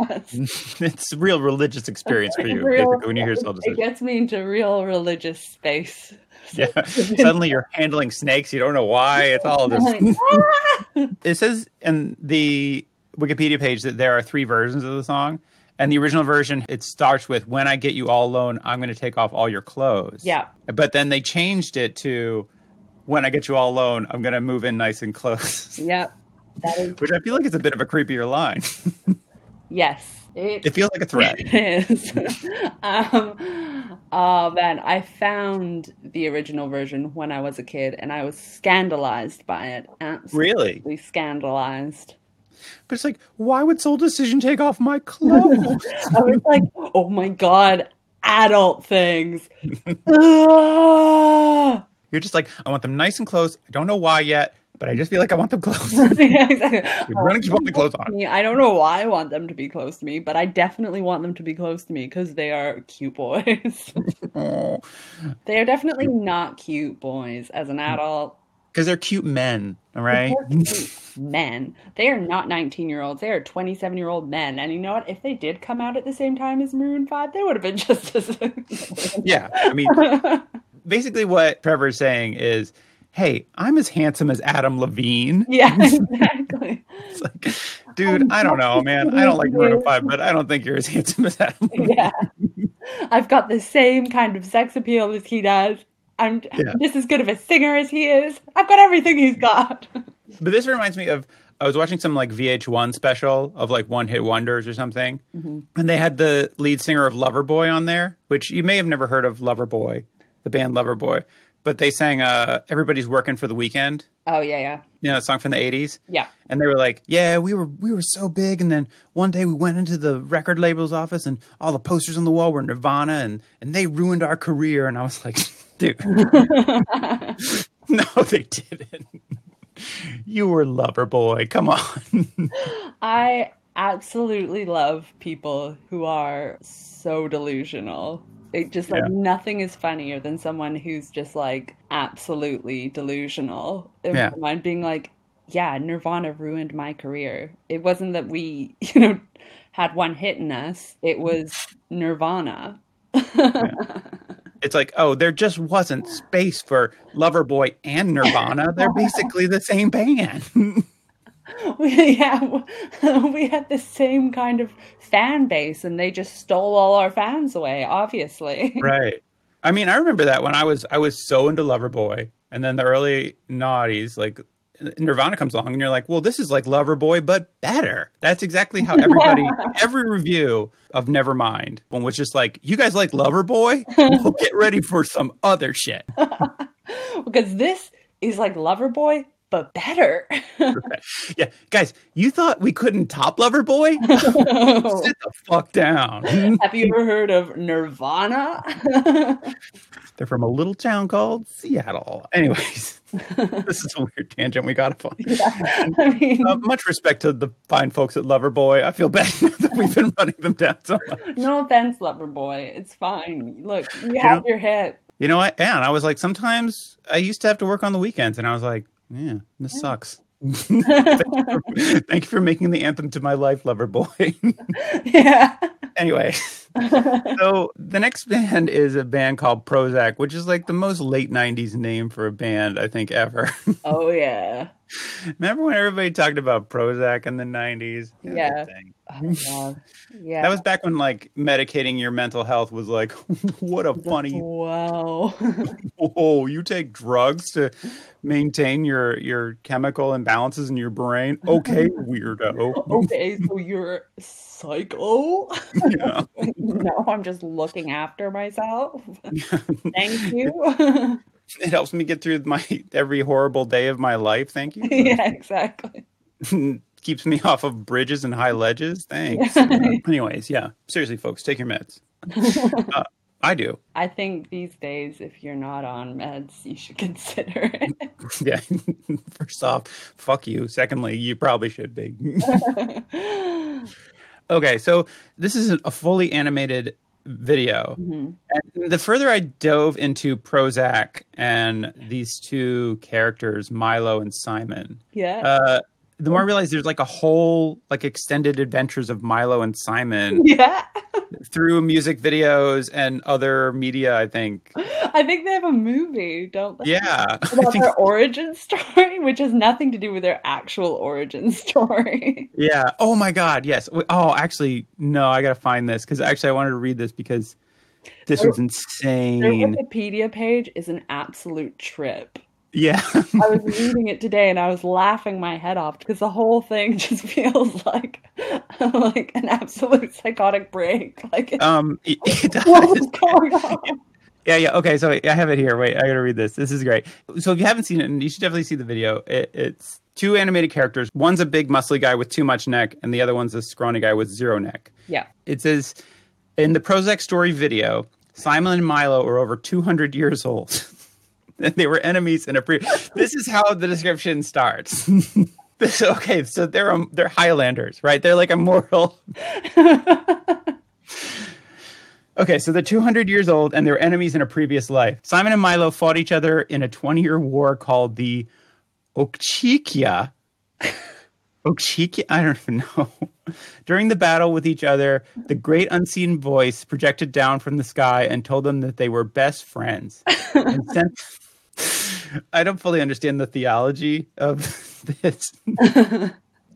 B: less.
A: it's a real religious experience for you
B: Real-
A: basically, when you hear Soul
B: It
A: Decision.
B: gets me into real religious space.
A: Yeah. Suddenly you're handling snakes. You don't know why. It's all
B: I'm like,
A: this.
B: "Ah!"
A: it says in the Wikipedia page that there are three versions of the song. And the original version, it starts with "When I get you all alone, I'm going to take off all your clothes."
B: Yeah.
A: But then they changed it to "When I get you all alone, I'm going to move in nice and close,"
B: Yep. That is
A: which I feel like is a bit of a creepier line.
B: yes. It
A: it feels like a threat.
B: is. um, oh man, I found the original version when I was a kid, and I was scandalized by it. Absolutely
A: Really?
B: scandalized.
A: But it's like, why would Soul Decision take off my clothes?
B: I was like, oh my god, adult things. Ah!
A: You're just like, I want them nice and close. I don't know why yet, but I just feel like I want them close. You're
B: Yeah, exactly.
A: running to put the clothes
B: I
A: on.
B: mean, I don't know why I want them to be close to me, but I definitely want them to be close to me because they are cute boys.
A: Because
B: they are definitely not cute boys as an adult.
A: they're cute men, all right?
B: They're cute men. They are not 19 year olds. They are 27 year old men. And you know what? If they did come out at the same time as Maroon 5, they would have been just as.
A: yeah. I mean, basically what Trevor's saying is, hey, I'm as handsome as Adam Levine.
B: yeah, exactly.
A: It's like, dude, I don't know, man. I don't like Maroon 5, but I don't think you're as handsome as Adam Levine.
B: Yeah. I've got the same kind of sex appeal as he does. I'm
A: Yeah.
B: just as good of a singer as he is. I've got everything he's got.
A: But this reminds me of I was watching some like VH1 special of like one hit wonders or something, and they had the lead singer of Loverboy on there, which you may have never heard of Loverboy, the band Loverboy, but they sang uh, "Everybody's Working for the Weekend,"
B: Oh, yeah, yeah.
A: you know, a song from the '80s.
B: Yeah.
A: And they were like, "Yeah, we were we were so big, and then one day we went into the record label's office, and all the posters on the wall were Nirvana, and and they ruined our career." And I was like, "Dude, no, they didn't. You were Loverboy. Come on."
B: I absolutely love people who are so delusional. It just like
A: Yeah.
B: nothing is funnier than someone who's just like absolutely delusional. In
A: Yeah.
B: my mind being like, yeah, Nirvana ruined my career. It wasn't that we, you know, had one hit in us. It was Nirvana.
A: it's like, oh, there just wasn't space for Loverboy and Nirvana. They're basically the same band.
B: we, yeah, we had the same kind of fan base, and they just stole all our fans away. Obviously,
A: right. I mean, I remember that when I was I was so into Loverboy, and then the early noughties like Nirvana comes along, and you're like, well, this is like Loverboy but better. That's exactly how everybody every review of Nevermind one was just like, you guys like Loverboy? Well, get ready for some other shit.
B: because this is like Loverboy, but better.
A: Yeah, guys, you thought we couldn't top Loverboy? Sit the fuck down.
B: Have you ever heard of Nirvana?
A: They're from a little town called Seattle. Anyways, this is a weird tangent we got off on.
B: I mean,
A: Uh, much respect to the fine folks at Loverboy. I feel bad that we've been running them down so much.
B: no offense, lover boy. It's fine. Look, you have your hit.
A: You know what? And I was like, sometimes I used to have to work on the weekends, and I was like, yeah, this sucks. thank, you for, thank you for making the anthem to my life, Loverboy.
B: Yeah.
A: anyway, so the next band is a band called Prozac, which is like the most late 90s name for a band, I think, ever.
B: oh yeah.
A: Remember when everybody talked about Prozac in the 90s? It was a
B: Yeah.
A: thing.
B: Oh, God. Yeah.
A: That was back when like medicating your mental health was like, what a funny
B: Wow.
A: oh, you take drugs to maintain your your chemical imbalances in your brain. Okay, weirdo.
B: okay, so you're psycho.
A: Yeah.
B: no, I'm just looking after myself. Thank you.
A: It helps me get through my every horrible day of my life. Thank you.
B: yeah, exactly.
A: Keeps me off of bridges and high ledges. Thanks. Uh, Anyways, yeah. Seriously, folks, take your meds. Uh, I do.
B: I think these days, if you're not on meds, you should consider it.
A: Yeah. First off, fuck you. Secondly, you probably should be. okay, so this is a fully animated video.
B: Mhm.
A: And the further I dove into Prozac and these two characters, Milo and Simon,
B: Yeah.
A: uh, the more I realized there's like a whole like extended adventures of Milo and Simon
B: yeah.
A: through music videos and other media. I think,
B: I think they have a movie, don't they?
A: yeah, I
B: About
A: think-
B: their origin story, which has nothing to do with their actual origin story.
A: yeah. Oh my God, yes. Wait, Oh, actually, no, I gotta find this because actually I wanted to read this because this
B: Their-
A: was
B: Their
A: insane.
B: Wikipedia page is an absolute trip.
A: Yeah,
B: I was reading it today and I was laughing my head off because the whole thing just feels like like an absolute psychotic break. Like it's
A: um, it- it
B: what
A: does.
B: is going on?
A: Yeah, yeah. Okay, so I have it here. Wait, I gotta read this. This is great. So if you haven't seen it, and you should definitely see the video. It, it's two animated characters. One's a big muscly guy with too much neck, and the other one's a scrawny guy with zero neck.
B: Yeah.
A: It says in the Prozac story video, Simon and Milo are over two hundred years old, and they were enemies in a pre. This is how the description starts. This- okay, so they're um, they're Highlanders, right? They're like immortal. Okay, so they're 200 years old and they were enemies in a previous life. Simon and Milo fought each other in a 20 year war called the Okchikia. Okchikia? I don't even know. During the battle with each other, the great unseen voice projected down from the sky and told them that they were best friends. And sent- I don't fully understand the theology of this.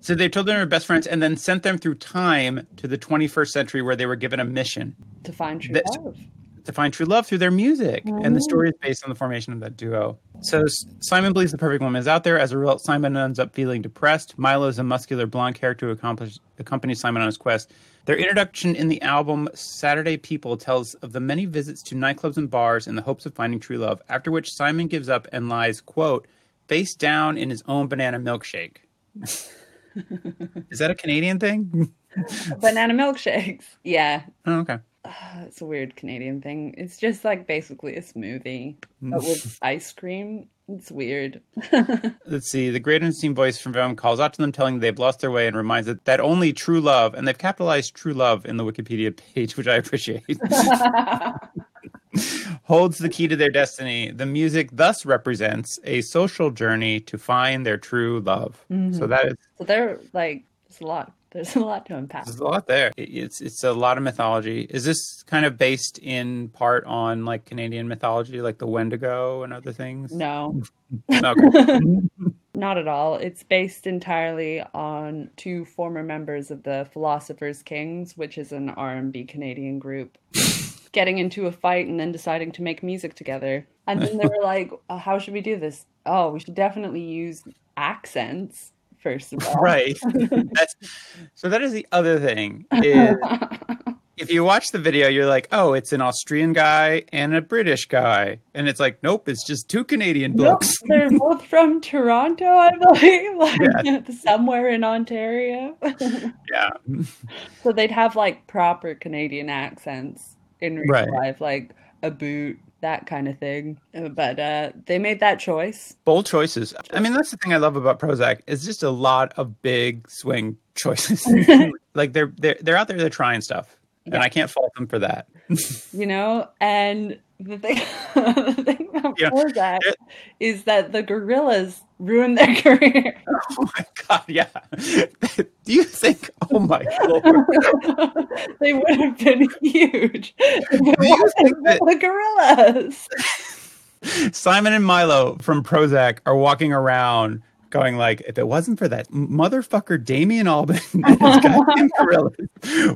A: So they told them they were best friends and then sent them through time to the 21st century where they were given a mission
B: To find true
A: That's-
B: love.
A: to find true love through their music. And the story is based on the formation of that duo. So S- Simon believes the perfect woman is out there. As a result, Simon ends up feeling depressed. Milo is a muscular blonde character who accomplishes, accompanies Simon on his quest. Their introduction in the album Saturday People tells of the many visits to nightclubs and bars in the hopes of finding true love, after which Simon gives up and lies, quote, face down in his own banana milkshake. is that a Canadian thing?
B: Banana milkshakes. Yeah.
A: oh, okay.
B: Uh, It's a weird Canadian thing. It's just like basically a smoothie, but with ice cream. It's weird.
A: Let's see. The great unseen voice from Venom calls out to them, telling them they've lost their way, and reminds them that only true love, and they've capitalized true love in the Wikipedia page, which I appreciate, holds the key to their destiny. The music thus represents a social journey to find their true love. So that is
B: So they're like, there's a lot. There's a lot to unpack.
A: there's a lot there. It- It's it's a lot of mythology. Is this kind of based in part on like Canadian mythology, like the Wendigo and other things?
B: No,
A: Okay.
B: Not at all. It's based entirely on two former members of the Philosophers Kings, which is an R&B Canadian group, getting into a fight and then deciding to make music together. And then they were like, "Uh, "How should we do this? Oh, we should definitely use accents first of all."
A: Right. That's, so that is the other thing.
B: Uh-huh.
A: Is if you watch the video, you're like, oh, it's an Austrian guy and a British guy. And it's like, nope, it's just two Canadian
B: Nope,
A: blokes.
B: they're both from Toronto, I believe, like somewhere in Ontario.
A: Yeah.
B: So they'd have like proper Canadian accents in real
A: Right.
B: life, like a boot, that kind of thing. Uh, But uh, they made that choice.
A: Bold choices. I mean, that's the thing I love about Prozac. It's just a lot of big swing choices. like they're they're they're out there, they're trying stuff.
B: Yeah.
A: And I can't fault them for that.
B: you know and the thing the thing about
A: Yeah.
B: Prozac
A: It-
B: is that the gorillas ruined their career
A: Oh my god, yeah. Do you think oh my lord
B: they would have been huge if it
A: Do you
B: wasn't
A: think
B: for
A: that-
B: the gorillas
A: Simon and Milo from Prozac are walking around going like, if it wasn't for that motherfucker Damien Alban, and his goddamn gorillas,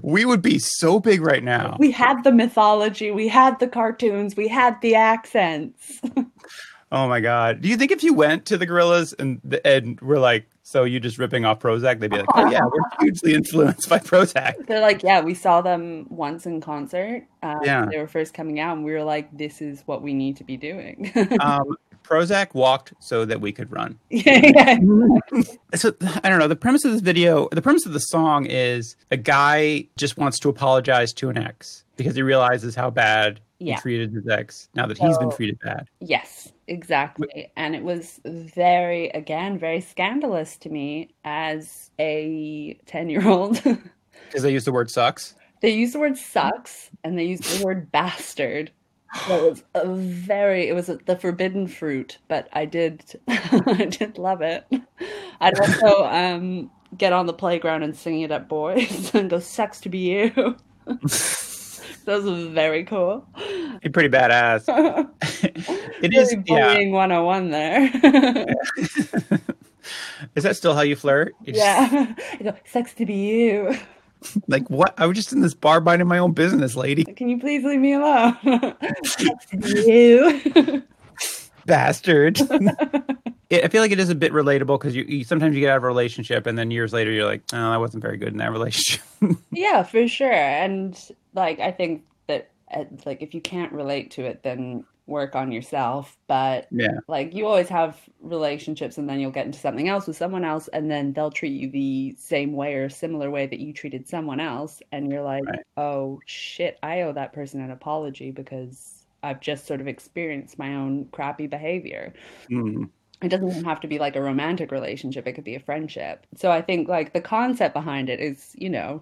A: we would be so big right now.
B: we had the mythology we had the cartoons we had the accents
A: Oh my god! Do you think if you went to the gorillas and and were like, so you just ripping off Prozac, they'd be like, oh yeah, we're hugely influenced by Prozac.
B: they're like yeah we saw them once in concert uh,
A: Yeah.
B: when they were first coming out and we were like this is what we need to be doing
A: Um, Prozac walked so that we could run.
B: yeah,
A: so I don't know. The premise of this video, the premise of the song is a guy just wants to apologize to an ex because he realizes how bad
B: Yeah.
A: he treated his ex now that he's been
B: So-
A: treated bad.
B: Yes, exactly. And it was very, again, very scandalous to me as a 10 year old.
A: Because they use the word sucks.
B: They used the word sucks and they used the word bastard. So it was a very, it was the forbidden fruit, but I did, I did love it. I'd also um, get on the playground and sing it at boys and go, sucks to be you. That was very cool.
A: You're pretty badass. It
B: Really
A: is. Yeah.
B: bullying 101 there.
A: Is that still how you flirt? You just-
B: Yeah. I go, sucks to be you.
A: Like what? I was just in this bar minding my own business, lady.
B: Can you please leave me alone? sucks to be you.
A: bastard. It, I feel like it is a bit relatable because you, you sometimes you get out of a relationship and then years later you're like, oh, I wasn't very good in that relationship.
B: yeah, for sure. And like, I think that uh, like if you can't relate to it, then work on yourself. But
A: Yeah.
B: like, you always have relationships, and then you'll get into something else with someone else, and then they'll treat you the same way or similar way that you treated someone else, and you're like,
A: Right.
B: oh shit, I owe that person an apology because I've just sort of experienced my own crappy behavior.
A: Mm.
B: it doesn't even have to be like a romantic relationship it could be a friendship so i think like the concept behind it is you know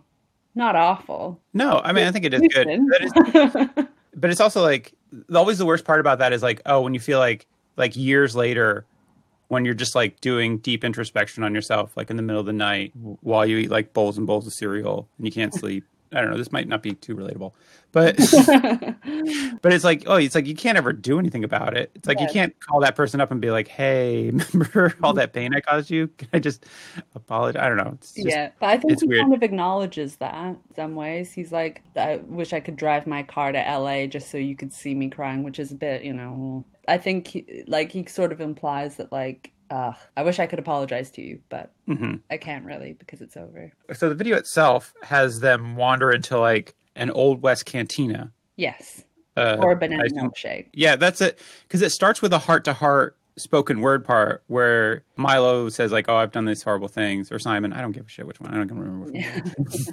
B: not awful
A: No, I mean I think it is good.
B: Listen.
A: That is- but it's also like always the worst part about that is like, oh, when you feel like like years later, when you're just like doing deep introspection on yourself, like in the middle of the night while you eat like bowls and bowls of cereal and you can't sleep. I don't know. This might not be too relatable, but But it's like, oh, it's like you can't ever do anything about it. It's like you
B: Yeah.
A: can't call that person up and be like, hey, remember all that pain I caused you? Can I just apologize? I don't know. It's just,
B: yeah but i think
A: it's
B: he
A: weird.
B: kind of acknowledges that in some ways he's like i wish i could drive my car to la just so you could see me crying which is a bit you know i think he, like he sort of implies that like Ugh, I wish I could apologize to you, but
A: Mhm.
B: I can't really because it's over.
A: So the video itself has them wander into like an old west cantina.
B: Yes,
A: Uh,
B: or a banana
A: I think-
B: milkshake.
A: yeah, that's it. Because it starts with a heart to heart spoken word part where Milo says like, oh, I've done these horrible things, or Simon, I don't give a shit which one. I don't remember. Which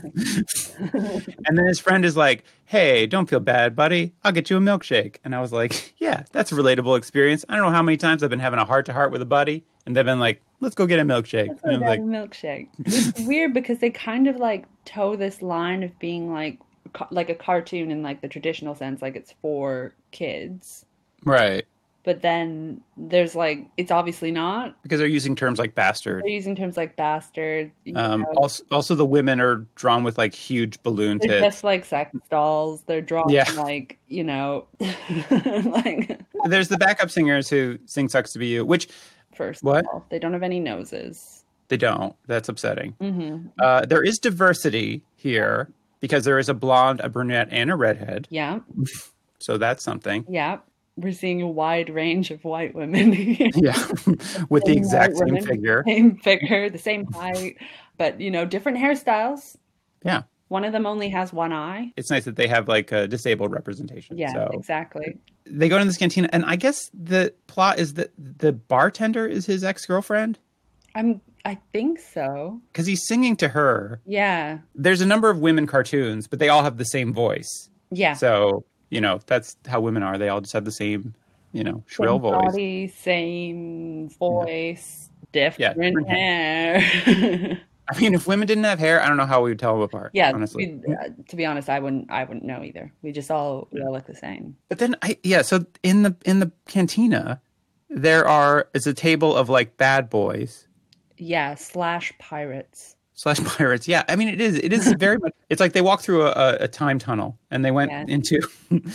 A: one. And then his friend is like, Hey, don't feel bad, buddy. I'll get you a milkshake. And I was like, Yeah, that's a relatable experience. I don't know how many times I've been having a heart to heart with a buddy, and they've been like, Let's go get a milkshake.
B: That's
A: And I'm
B: what
A: like,
B: a milkshake. It's weird because they kind of like toe this line of being like ca- like a cartoon in like the traditional sense, like it's for kids.
A: Right.
B: But then there's like it's obviously not.
A: Because they're using terms like bastard.
B: They're using terms like bastard. you
A: Um,
B: know,
A: also, also, the women are drawn with like huge balloon
B: they're
A: tits.
B: just like sex dolls. They're drawn
A: Yeah.
B: like you know, like
A: There's the backup singers who sing Sucks to Be You, which
B: First, of
A: What?
B: all. They don't have any noses.
A: They don't. That's upsetting.
B: hmm
A: Uh, there is diversity here because there is a blonde, a brunette, and a redhead.
B: Yeah,
A: So that's something.
B: yeah. We're seeing a wide range of white women here.
A: Yeah. With the
B: Same
A: exact
B: white
A: same
B: women.
A: figure.
B: Same figure, the same height, but you know, different hairstyles.
A: Yeah.
B: One of them only has one eye.
A: It's nice that they have like a disabled representation.
B: Yeah,
A: So
B: exactly.
A: they go to this cantina, and I guess the plot is that the bartender is his ex girlfriend
B: I'm. I think so.
A: because he's singing to her.
B: Yeah.
A: There's a number of women cartoons, but they all have the same voice.
B: Yeah.
A: So, you know, that's how women are. They all just have the same, you know, shrill
B: Same
A: voice.
B: body, same voice, different
A: different
B: hair.
A: I mean, if women didn't have hair, I don't know how we would tell them apart.
B: yeah,
A: honestly.
B: we- uh, to be honest, I wouldn't. I wouldn't know either. We just all we all look the same.
A: But then I yeah, so in the in the cantina there are is a table of like bad boys
B: Yeah, slash pirates.
A: slash pirates. Yeah, I mean it is it is very much it's like they walk through a, a, a time tunnel and they went
B: Yes.
A: into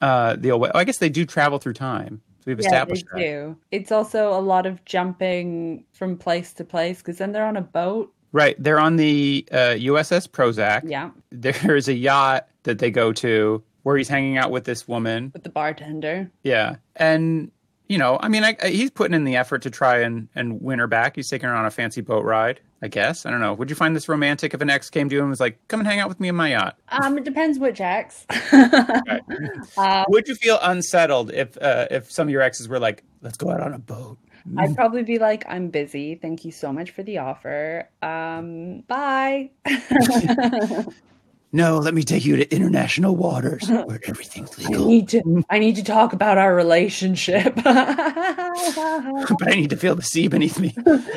A: uh the old way. Oh, I guess they do travel through time. So we've
B: Yeah, they
A: established that.
B: do. It's also a lot of jumping from place to place because then they're on a boat.
A: Right. They're on the uh, USS Prozac.
B: Yeah,
A: There's a yacht that they go to where he's hanging out with this woman.
B: with the bartender.
A: Yeah. And you know, I mean, I, I- he's putting in the effort to try and and win her back. He's taking her on a fancy boat ride, I guess. I don't know. Would you find this romantic if an ex came to you and was like, "Come and hang out with me in my yacht"?
B: Um, it depends which ex. uh,
A: Would you feel unsettled if uh, if some of your exes were like, "Let's go out on a boat"?
B: I'd probably be like, I'm busy. Thank you so much for the offer. Um, bye.
A: No, let me take you to international waters where everything's
B: I
A: legal.
B: need to I need to talk about our relationship. yeah,
A: But I need to feel the sea beneath me.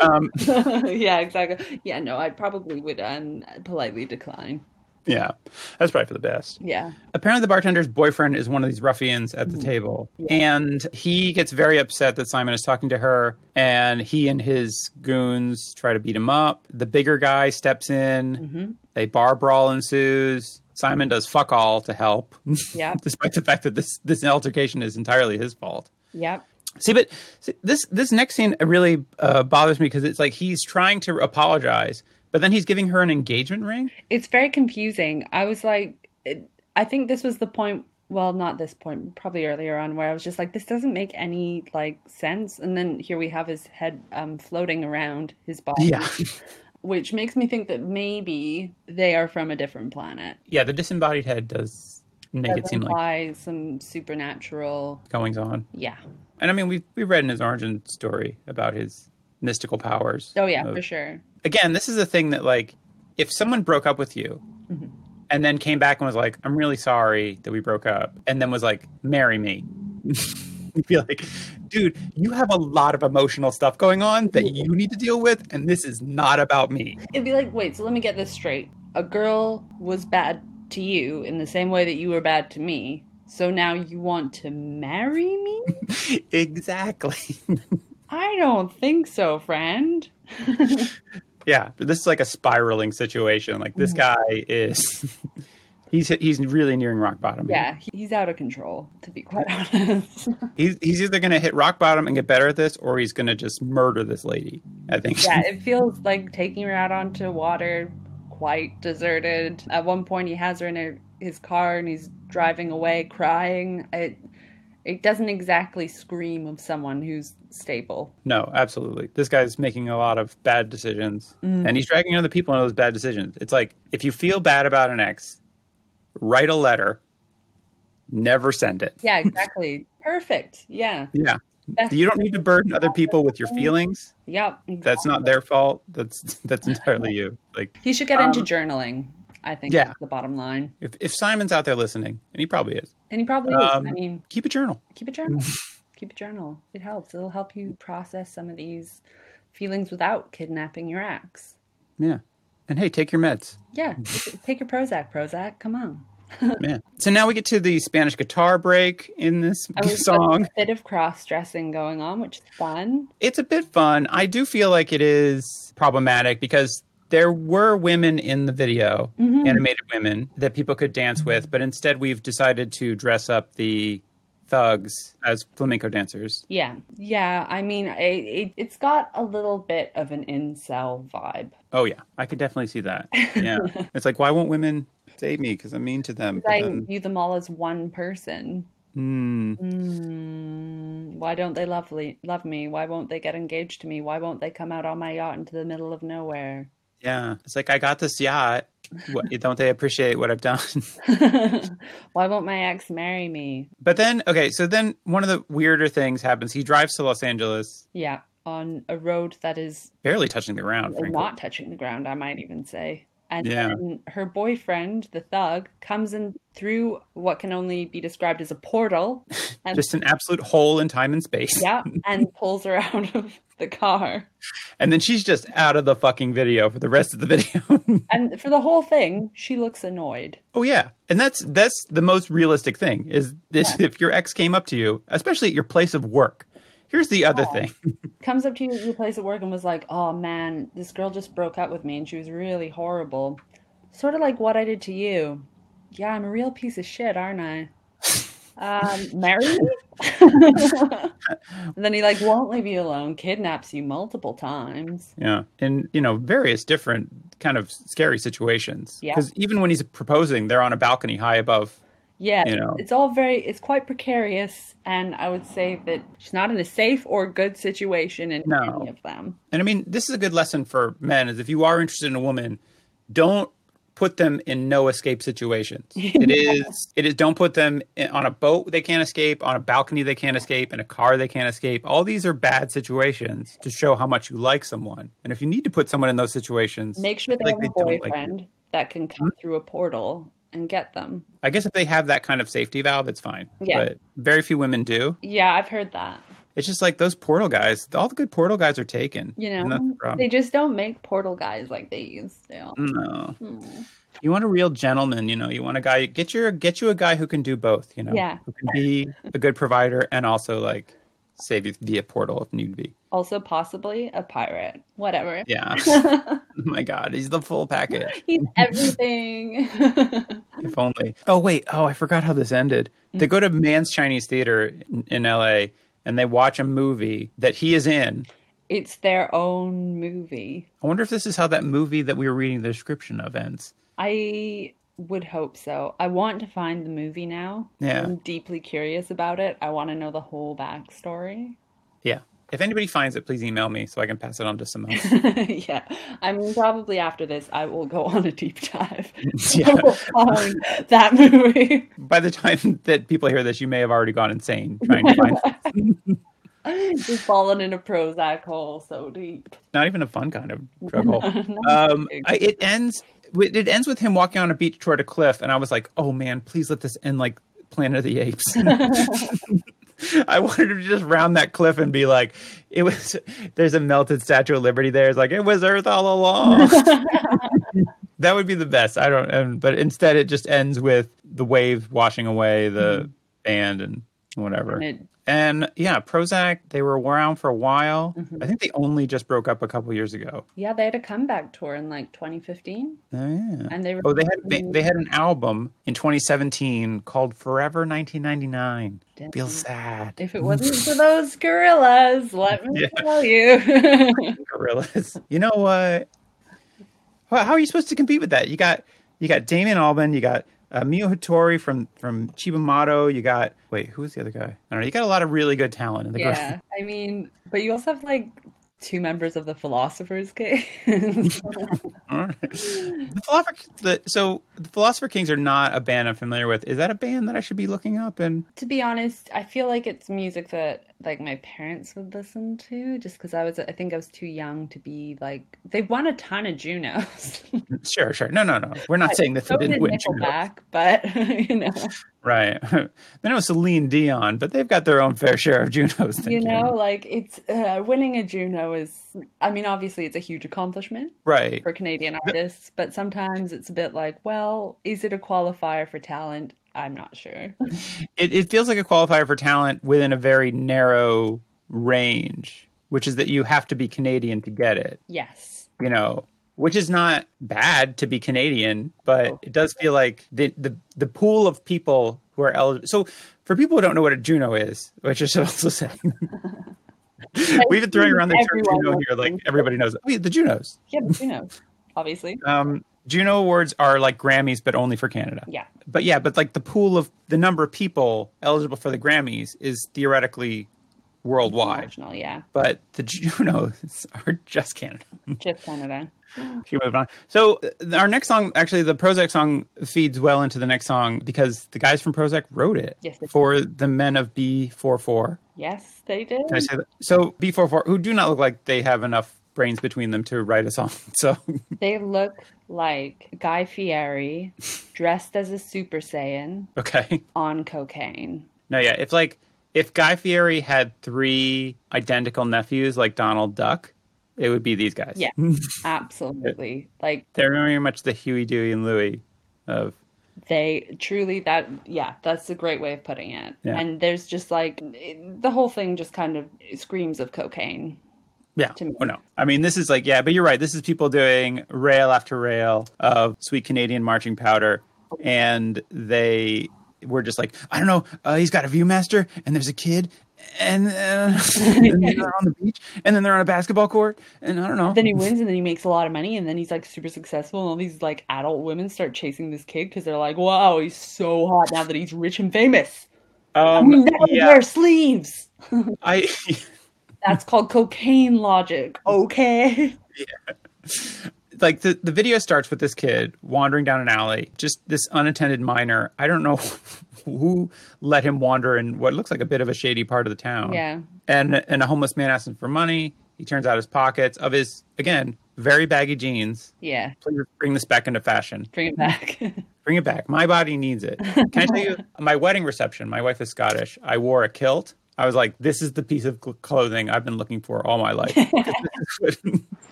A: Um,
B: exactly. Yeah, no, I probably would um politely decline.
A: yeah, that's probably for the best.
B: Yeah.
A: Apparently, the bartender's boyfriend is one of these ruffians at the table,
B: Yeah.
A: and he gets very upset that Simon is talking to her. And he and his goons try to beat him up. The bigger guy steps in.
B: hmm
A: They bar brawl ensues. Simon does fuck all to help,
B: Yeah.
A: despite the fact that this this altercation is entirely his fault.
B: Yeah.
A: See, but see, this this next scene really uh, bothers me because it's like he's trying to apologize, but then he's giving her an engagement ring.
B: It's very confusing. I was like, it- I think this was the point, well, not this point, probably earlier on, where I was just like, this doesn't make any like sense. And then here we have his head um floating around his body, which makes me think that maybe they are from a different planet.
A: yeah. The disembodied head does make
B: That
A: it seem like
B: implies some supernatural,
A: goings on.
B: yeah.
A: And I mean, we've we read in his origin story about his mystical powers.
B: Oh yeah,
A: Uh,
B: for sure.
A: Again, this is a thing that like, if someone broke up with you,
B: Mhm.
A: and then came back and was like, "I'm really sorry that we broke up," and then was like, "Marry me," you'd be like, "Dude, you have a lot of emotional stuff going on that you need to deal with, and this is not about me."
B: It'd be like, wait, so let me get this straight. A girl was bad to you in the same way that you were bad to me. So now you want to marry me?
A: exactly.
B: I don't think so, friend.
A: Yeah, but this is like a spiraling situation. Like this
B: Mhm.
A: guy is. He's, he's really nearing rock bottom. here.
B: Yeah, he- he's out of control, to be quite honest.
A: He's, he's either going to hit rock bottom and get better at this, or he's going to just murder this lady. I think.
B: yeah, it feels like taking her out onto water, quite deserted. At one point, he has her in her, his car and he's driving away crying. It, it doesn't exactly scream of someone who's stable.
A: no, absolutely. This guy's making a lot of bad decisions, and he's dragging other people into those bad decisions. It's like if you feel bad about an ex, write a letter. Never send it.
B: Yeah, exactly. Perfect. Yeah.
A: Yeah,
B: That's,
A: you don't need to burden other people with your feelings.
B: Yep.
A: That's not their fault. That's that's entirely you. Like
B: He should get into
A: Um,
B: journaling, I think,
A: yeah.
B: is the bottom line.
A: if if Simon's out there listening, and he probably is,
B: And he probably
A: Um,
B: is. I mean,
A: keep a journal.
B: keep a journal. keep a journal. It helps. It'll help you process some of these feelings without kidnapping your ex.
A: Yeah, and hey, take your meds.
B: Yeah, take- take your Prozac, Prozac. Come on.
A: Man. So now we get to the Spanish guitar break in this
B: I was-
A: song.
B: A bit of cross dressing going on, which is fun.
A: It's a bit fun. I do feel like it is problematic because there were women in the video,
B: Mhm.
A: animated women, that people could dance with, but instead we've decided to dress up the thugs as flamenco dancers.
B: Yeah. Yeah. I mean, it, it, it's got a little bit of an incel vibe.
A: Oh yeah, I could definitely see that. Yeah, it's like why won't women date me because I'm mean to them? But
B: I
A: then-
B: view them all as one person.
A: Hmm.
B: Mm, why don't they love, le- love me? Why won't they get engaged to me? Why won't they come out on my yacht into the middle of nowhere?
A: Yeah, it's like I got this yacht. What, don't they appreciate what I've done?
B: Why won't my ex marry me?
A: but then, okay, so then one of the weirder things happens. He drives to Los Angeles,
B: Yeah, on a road that is
A: barely touching the ground. Frankly.
B: not touching the ground, I might even say. And
A: Yeah.
B: then her boyfriend, the thug, comes in through what can only be described as a portal. And
A: Just an absolute hole in time and space.
B: yeah, and pulls her out of the car.
A: And then she's just out of the fucking video for the rest of the video.
B: And for the whole thing, she looks annoyed.
A: oh yeah. And that's that's the most realistic thing is this if your ex came up to you, especially at your place of work. Here's the other thing.
B: comes up to you at your place at work and was like, "Oh man, this girl just broke up with me and she was really horrible." Sort of like what I did to you. Yeah, I'm a real piece of shit, aren't I? Um, marry me? and then he like won't leave you alone, kidnaps you multiple times.
A: Yeah. In, you know, various different kind of scary situations.
B: Yeah.
A: Because even when he's proposing, they're on a balcony high above.
B: Yeah,
A: You know.
B: it's all very it's quite precarious and I would say that she's not in a safe or good situation in
A: No.
B: any of them.
A: And I mean, this is a good lesson for men is if you are interested in a woman, don't put them in no escape situations. It is it is don't put them in, on a boat they can't escape, on a balcony they can't escape, in a car they can't escape. All these are bad situations to show how much you like someone. And if you need to put someone in those situations,
B: Make sure they
A: Like
B: have
A: they
B: a
A: don't like you. Hmm?
B: boyfriend that can come through a portal and get them.
A: I guess if they have that kind of safety valve, it's fine.
B: Yeah.
A: But very few women do.
B: Yeah, I've heard that.
A: It's just like those portal guys. All the good portal guys are taken.
B: You
A: and that's the
B: know,
A: problem.
B: they just don't make portal guys like they used to.
A: no,
B: Hmm.
A: you want a real gentleman. You know, you want a guy. Get your get you a guy who can do both. You know,
B: Yeah.
A: who can be a good provider and also like save you via portal if need be.
B: Also, possibly a pirate. Whatever.
A: Yeah. oh my God, he's the full package.
B: He's everything.
A: If only. Oh wait. Oh, I forgot how this ended. They go to Man's Chinese Theater in, in L.A. and they watch a movie that he is in.
B: it's their own movie.
A: I wonder if this is how that movie that we were reading the description of ends.
B: I would hope so. I want to find the movie now.
A: Yeah.
B: I'm deeply curious about it. I want to know the whole backstory.
A: Yeah. If anybody finds it, please email me so I can pass it on to someone. else.
B: yeah. I mean, probably after this, I will go on a deep dive.
A: Yeah.
B: on that movie.
A: By the time that people hear this, you may have already gone insane trying to find
B: We've fallen in a Prozac hole so deep.
A: not even a fun kind of drug hole.
B: No,
A: Um,
B: kidding.
A: I, it ends. with- It ends with him walking on a beach toward a cliff, and I was like, "Oh man, please let this end like Planet of the Apes." I wanted to just round that cliff and be like, "It was." There's a melted Statue of Liberty there. It's like it was Earth all along. that would be the best. I don't. Um, but instead, it just ends with the wave washing away the band and whatever.
B: And it-
A: And yeah, Prozac, they were around for a while. I think they only just broke up a couple years ago.
B: yeah, they had a comeback tour in like 2015,
A: Oh, yeah.
B: and they were
A: Oh, they had they, they had an album in 2017 called Forever 1999.
B: Damn.
A: Feels sad.
B: If it wasn't for those gorillas, let me
A: Yeah.
B: tell you.
A: Gorillas. You know what? How how are you supposed to compete with that? You got you got Damon Alban, you got uh, Mio Hattori from from Chibamato, you got wait, who was the other guy? I don't know. You got a lot of really good talent in the group.
B: yeah, I mean, but you also have like two members of the Philosopher's Cave.
A: All right. The philosopher, the, so the Philosopher Kings are not a band I'm familiar with. Is that a band that I should be looking up? And
B: to be honest, I feel like it's music that like my parents would listen to, just because I was, I think I was too young to be like they won a ton of Junos.
A: sure, sure, no, no, no. We're not saying that they
B: So did
A: didn't win. Juno.
B: Nickelback, but you know,
A: Right. they know Celine Dion, but they've got their own fair share of Junos. thank
B: you know, like it's uh, winning a Juno is. I mean, obviously, it's a huge accomplishment
A: Right.
B: for Canadian artists, but sometimes it's a bit like, well, is it a qualifier for talent? I'm not sure.
A: It, it feels like a qualifier for talent within a very narrow range, which is that you have to be Canadian to get it.
B: Yes,
A: you know, which is not bad to be Canadian, but it does feel like the the, the pool of people who are eligible. So for people who don't know what a Juno is, which I should also say, we've been throwing around the term
B: Everyone
A: Juno
B: knows
A: here like
B: them.
A: everybody knows. it. Oh, yeah, the Junos.
B: Yeah, but you know, obviously.
A: Um, Juno awards are like Grammys, but only for Canada.
B: Yeah.
A: But yeah, but like the pool of the number of people eligible for the Grammys is theoretically worldwide,
B: National, yeah.
A: but the Junos are just Canada.
B: Just Canada.
A: Keep moving on. So th- our next song, actually, the Prozac song feeds well into the next song because the guys from Prozac wrote it
B: Yes, they did.
A: for the men of B44.
B: Yes, they did.
A: Can I say that? So B44, who do not look like they have enough brains between them to write a song. So
B: They look like Guy Fieri dressed as a Super Saiyan
A: okay,
B: on cocaine.
A: no, yeah, if like if Guy Fieri had three identical nephews like Donald Duck, it would be these guys.
B: Yeah. Absolutely. Like
A: they're very much the Huey, Dewey, and Louie of
B: they truly that yeah, that's a great way of putting it.
A: Yeah.
B: And there's just like it- the whole thing just kind of screams of cocaine.
A: Yeah.
B: to me.
A: Oh no. I mean, this is like yeah, but you're right. This is people doing rail after rail of sweet Canadian marching powder, and they were just like, I don't know. Uh, he's got a ViewMaster, and there's a kid, and, uh, and then they're on the beach, and then they're on a basketball court, and I don't know.
B: Then he wins and then he makes a lot of money and then he's like super successful and all these like adult women start chasing this kid because they're like, Wow, he's so hot now that he's rich and famous. we
A: um,
B: never
A: yeah,
B: wear sleeves.
A: I.
B: That's called cocaine logic. Okay.
A: Like the, the video starts with this kid wandering down an alley, just this unattended minor. I don't know who let him wander in what looks like a bit of a shady part of the town.
B: Yeah.
A: and and a homeless man asks him for money. He turns out his pockets of his again very baggy jeans.
B: Yeah.
A: Please bring this back into fashion.
B: Bring it back.
A: Bring it back. My body needs it. Can I tell you my wedding reception? My wife is Scottish. I wore a kilt. I was like, this is the piece of cl- clothing I've been looking for all my life.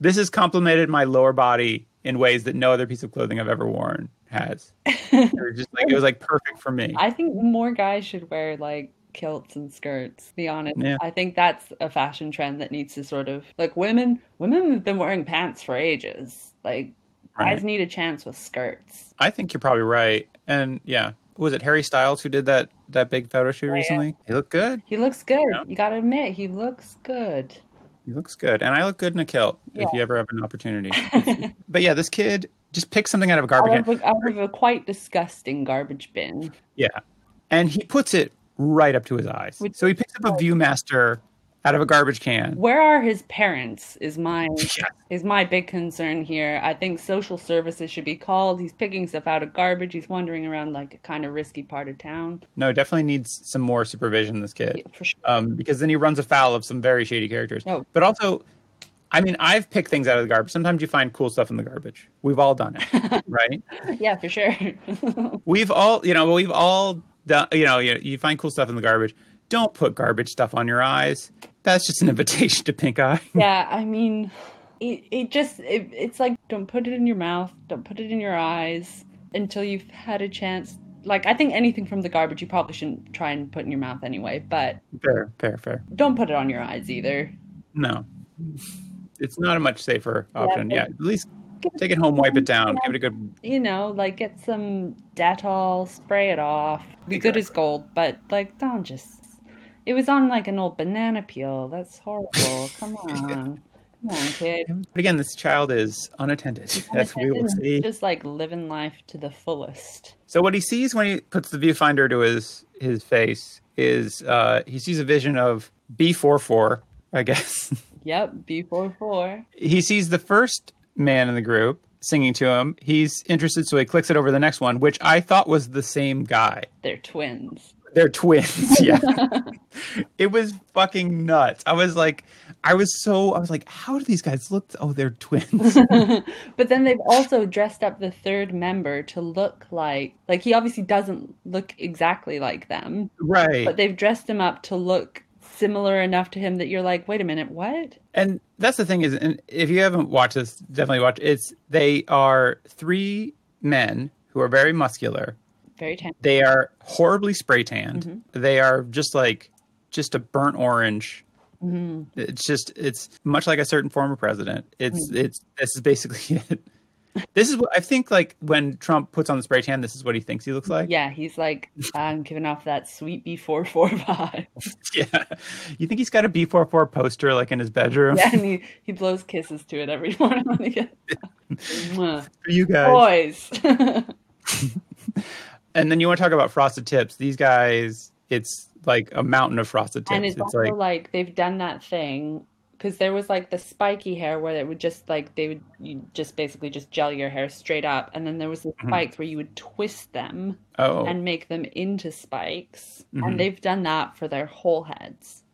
A: this has complemented my lower body in ways that no other piece of clothing I've ever worn has. It was just like it was like perfect for me.
B: I think more guys should wear like kilts and skirts, to be honest.
A: Yeah.
B: I think that's a fashion trend that needs to sort of like women women have been wearing pants for ages. Like
A: Right.
B: guys need a chance with skirts.
A: I think you're probably right. And yeah, was it Harry Styles who did that that big photo shoot
B: yeah.
A: recently? He looked good.
B: He looks good.
A: Yeah.
B: You gotta admit, he looks good.
A: He looks good, and I look good in a kilt
B: Yeah.
A: if you ever have an opportunity. but yeah, this kid just picked something out of a garbage
B: Out
A: can.
B: of, a, out of a quite disgusting garbage bin.
A: Yeah, and he puts it right up to his eyes.
B: Which-
A: so he picks up a ViewMaster out of a garbage can.
B: Where are his parents? Is my
A: Yeah.
B: is my big concern here. I think social services should be called. He's picking stuff out of garbage. He's wandering around like a kind of risky part of town.
A: No, definitely needs some more supervision. This kid.
B: Yeah, for sure.
A: um, because then he runs afoul of some very shady characters.
B: Oh.
A: But also, I mean, I've picked things out of the garbage. Sometimes you find cool stuff in the garbage. We've all done it, right?
B: Yeah, for sure.
A: We've all, you know, we've all done, you know, you, you find cool stuff in the garbage. Don't put garbage stuff on your eyes. That's just an invitation to pink eye.
B: yeah, I mean, it, it just, it, it's like, don't put it in your mouth, don't put it in your eyes until you've had a chance. Like, I think anything from the garbage you probably shouldn't try and put in your mouth anyway, but
A: Fair, fair, fair.
B: don't put it on your eyes either.
A: No, it's not a much safer
B: Yeah,
A: option.
B: but-
A: Yeah, at least take it home, wipe it down, give it a good.
B: You know, like, get some Dettol, spray it off. Be good as gold, but, like, don't just. It was on, like, an old banana peel. That's horrible. Come on. Come on, kid.
A: But again, this child is unattended. That's what we will
B: Unattended,
A: see.
B: Just like living life to the fullest.
A: So what he sees when he puts the viewfinder to his his face is uh, he sees a vision of B44, I guess.
B: Yep, B44.
A: he sees the first man in the group singing to him. He's interested, so he clicks it over to the next one, which I thought was the same guy.
B: They're twins.
A: They're twins. Yeah. it was fucking nuts. I was like, I was so, I was like, how do these guys look? Oh, they're twins.
B: but then they've also dressed up the third member to look like like he obviously doesn't look exactly like them,
A: right.
B: but they've dressed him up to look similar enough to him that you're like, "Wait a minute, what?"
A: And that's the thing is, and if you haven't watched this, definitely watch. It's they are three men who are very muscular.
B: Very tense.
A: They are horribly spray tanned.
B: Mm-hmm.
A: They are just like just a burnt orange.
B: Mhm. Mm.
A: It's just it's much like a certain former president. It's it's this is basically it. This is what I think. Like when Trump puts on the spray tan, this is what he thinks he looks like.
B: Yeah, he's like, I'm giving off that sweet B44 vibe.
A: Yeah. You think he's got a B44 poster like in his bedroom?
B: Yeah, and he, he blows kisses to it every morning when he gets Mwah.
A: For you guys.
B: Oh. Boys.
A: And then you want to talk about frosted tips. These guys, it's like a mountain of frosted tips.
B: and it's,
A: it's
B: also
A: like
B: like... they've done that thing because there was like the spiky hair where it would just like they would you just basically just gel your hair straight up, and then there was the
A: Mhm.
B: spikes where you would twist them
A: oh
B: and make them into spikes,
A: Mhm.
B: and they've done that for their whole heads.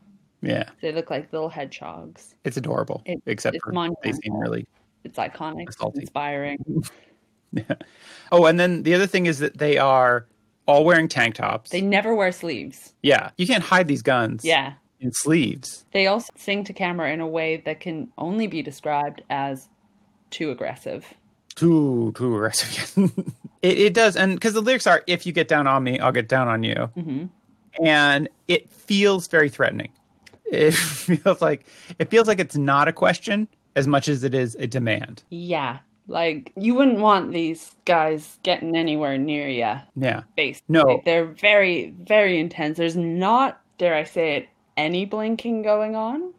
A: yeah,
B: They look like little hedgehogs.
A: it's adorable.
B: It-
A: except
B: it's
A: for they
B: monumental.
A: seem really.
B: It's iconic, it's
A: Assaulting.
B: inspiring.
A: Oh, and then the other thing is that they are all wearing tank tops.
B: They never wear sleeves.
A: yeah, you can't hide these guns.
B: Yeah.
A: in sleeves.
B: They also sing to camera in a way that can only be described as too aggressive.
A: Too too aggressive. it, it does, and because the lyrics are, "If you get down on me, I'll get down on you,"
B: Mhm.
A: and it feels very threatening. It feels like it feels like it's not a question as much as it is a demand.
B: Yeah, like you wouldn't want these guys getting anywhere near you,
A: Yeah.
B: basically.
A: No.
B: Like, they're very, very intense. There's not, dare I say it, any blinking going on.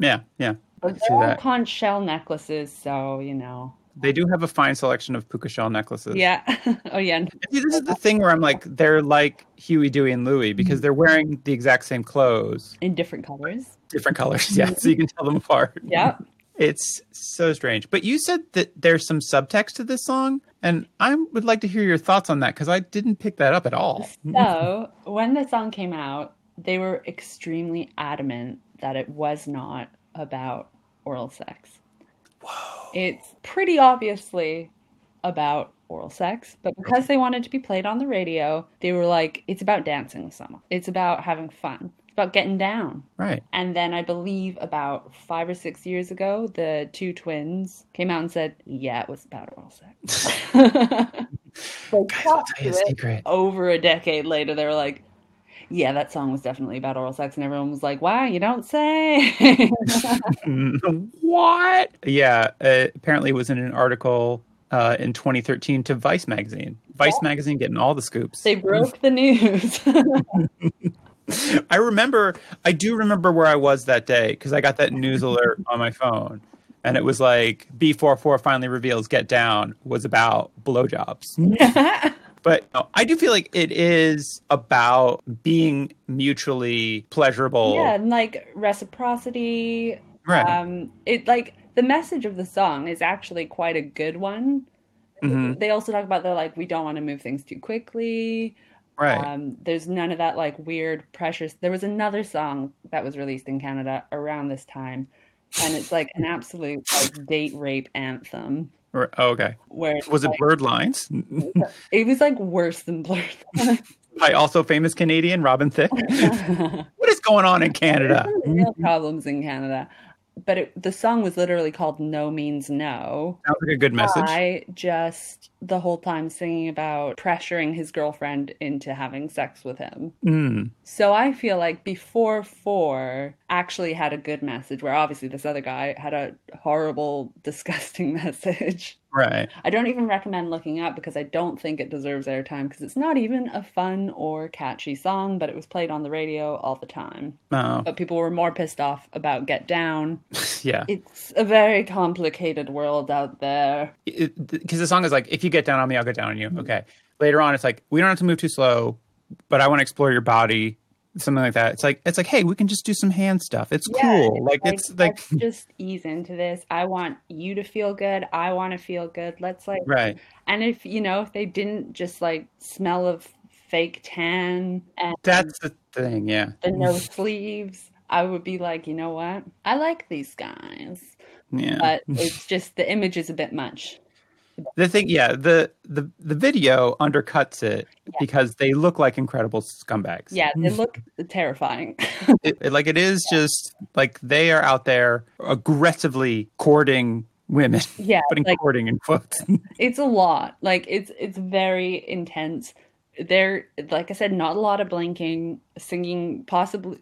A: Yeah, yeah.
B: But
A: see
B: they're all
A: that.
B: conch shell necklaces, so you know.
A: They do have a fine selection of puka shell necklaces.
B: Yeah. Oh, yeah.
A: See, this is the thing where I'm like, they're like Huey, Dewey, and Louie because
B: Mm-hmm.
A: they're wearing the exact same clothes,
B: In different colors.
A: different colors. Yeah, so you can tell them apart.
B: Yeah.
A: It's so strange. But you said that there's some subtext to this song, and I would like to hear your thoughts on that because I didn't pick that up at all.
B: So, when the song came out, they were extremely adamant that it was not about oral sex. Whoa. It's pretty obviously about oral sex, but because they wanted to be played on the radio, they were like, it's about dancing with someone, it's about having fun, it's about getting down.
A: Right.
B: And then I believe about five or six years ago, the two twins came out and said, yeah, it was about oral sex. They
A: Guys, I'll
B: stuck
A: tell you a
B: to it
A: secret.
B: over a decade later, they were like, yeah, that song was definitely about oral sex. And everyone was like, wow, you don't say.
A: what? Yeah. Uh, apparently, it was in an article uh, in 2013 to Vice magazine. Vice magazine getting all the scoops.
B: they broke the news.
A: I remember, I do remember where I was that day because I got that news alert on my phone. And it was like B44 finally reveals Get Down was about blowjobs. But no, I do feel like it is about being mutually pleasurable.
B: yeah, and like reciprocity.
A: right.
B: Um, it like the message of the song is actually quite a good one.
A: Mhm.
B: They also talk about they're like, we don't want to move things too quickly.
A: right.
B: Um, there's none of that like weird precious. There was another song that was released in Canada around this time, and it's like an absolute like, date rape anthem.
A: Or- oh, okay.
B: Where it's,
A: Was it
B: like-
A: Blurred Lines
B: it was like worse than Blur.
A: by also famous Canadian Robin Thicke? what is going on in Canada?
B: There's some real problems in Canada, but it, the song was literally called "No Means No."
A: Sounds like a good message.
B: I just the whole time singing about pressuring his girlfriend into having sex with him.
A: Mm.
B: So I feel like before four actually had a good message, where obviously this other guy had a horrible, disgusting message.
A: Right.
B: I don't even recommend looking up because I don't think it deserves airtime because it's not even a fun or catchy song, but it was played on the radio all the time.
A: Oh,
B: But people were more pissed off about Get Down.
A: yeah.
B: It's a very complicated world out there.
A: because the song is like, if you get down on me, I'll get down on
B: Mm-hmm.
A: you. Okay. Later on, it's like, we don't have to move too slow, but I want to explore your body, something like that. It's like, it's like, hey, we can just do some hand stuff. It's
B: Yeah,
A: cool. Like,
B: Like,
A: it's like,
B: let's just ease into this. I want you to feel good. I want to feel good. Let's like
A: right.
B: And if, you know, if they didn't just like smell of fake tan and
A: That's the thing. Yeah.
B: the no sleeves, I would be like, you know what? I like these guys.
A: Yeah.
B: But it's just the image is a bit much.
A: the thing, yeah. The the the video undercuts it
B: Yeah.
A: because they look like incredible scumbags.
B: Yeah, they look terrifying.
A: It- it- like it is just like they are out there aggressively courting women,
B: Yeah,
A: putting
B: like-
A: courting in quotes.
B: It's a lot. Like it's it's very intense. There, like I said, not a lot of blinking, singing, possibly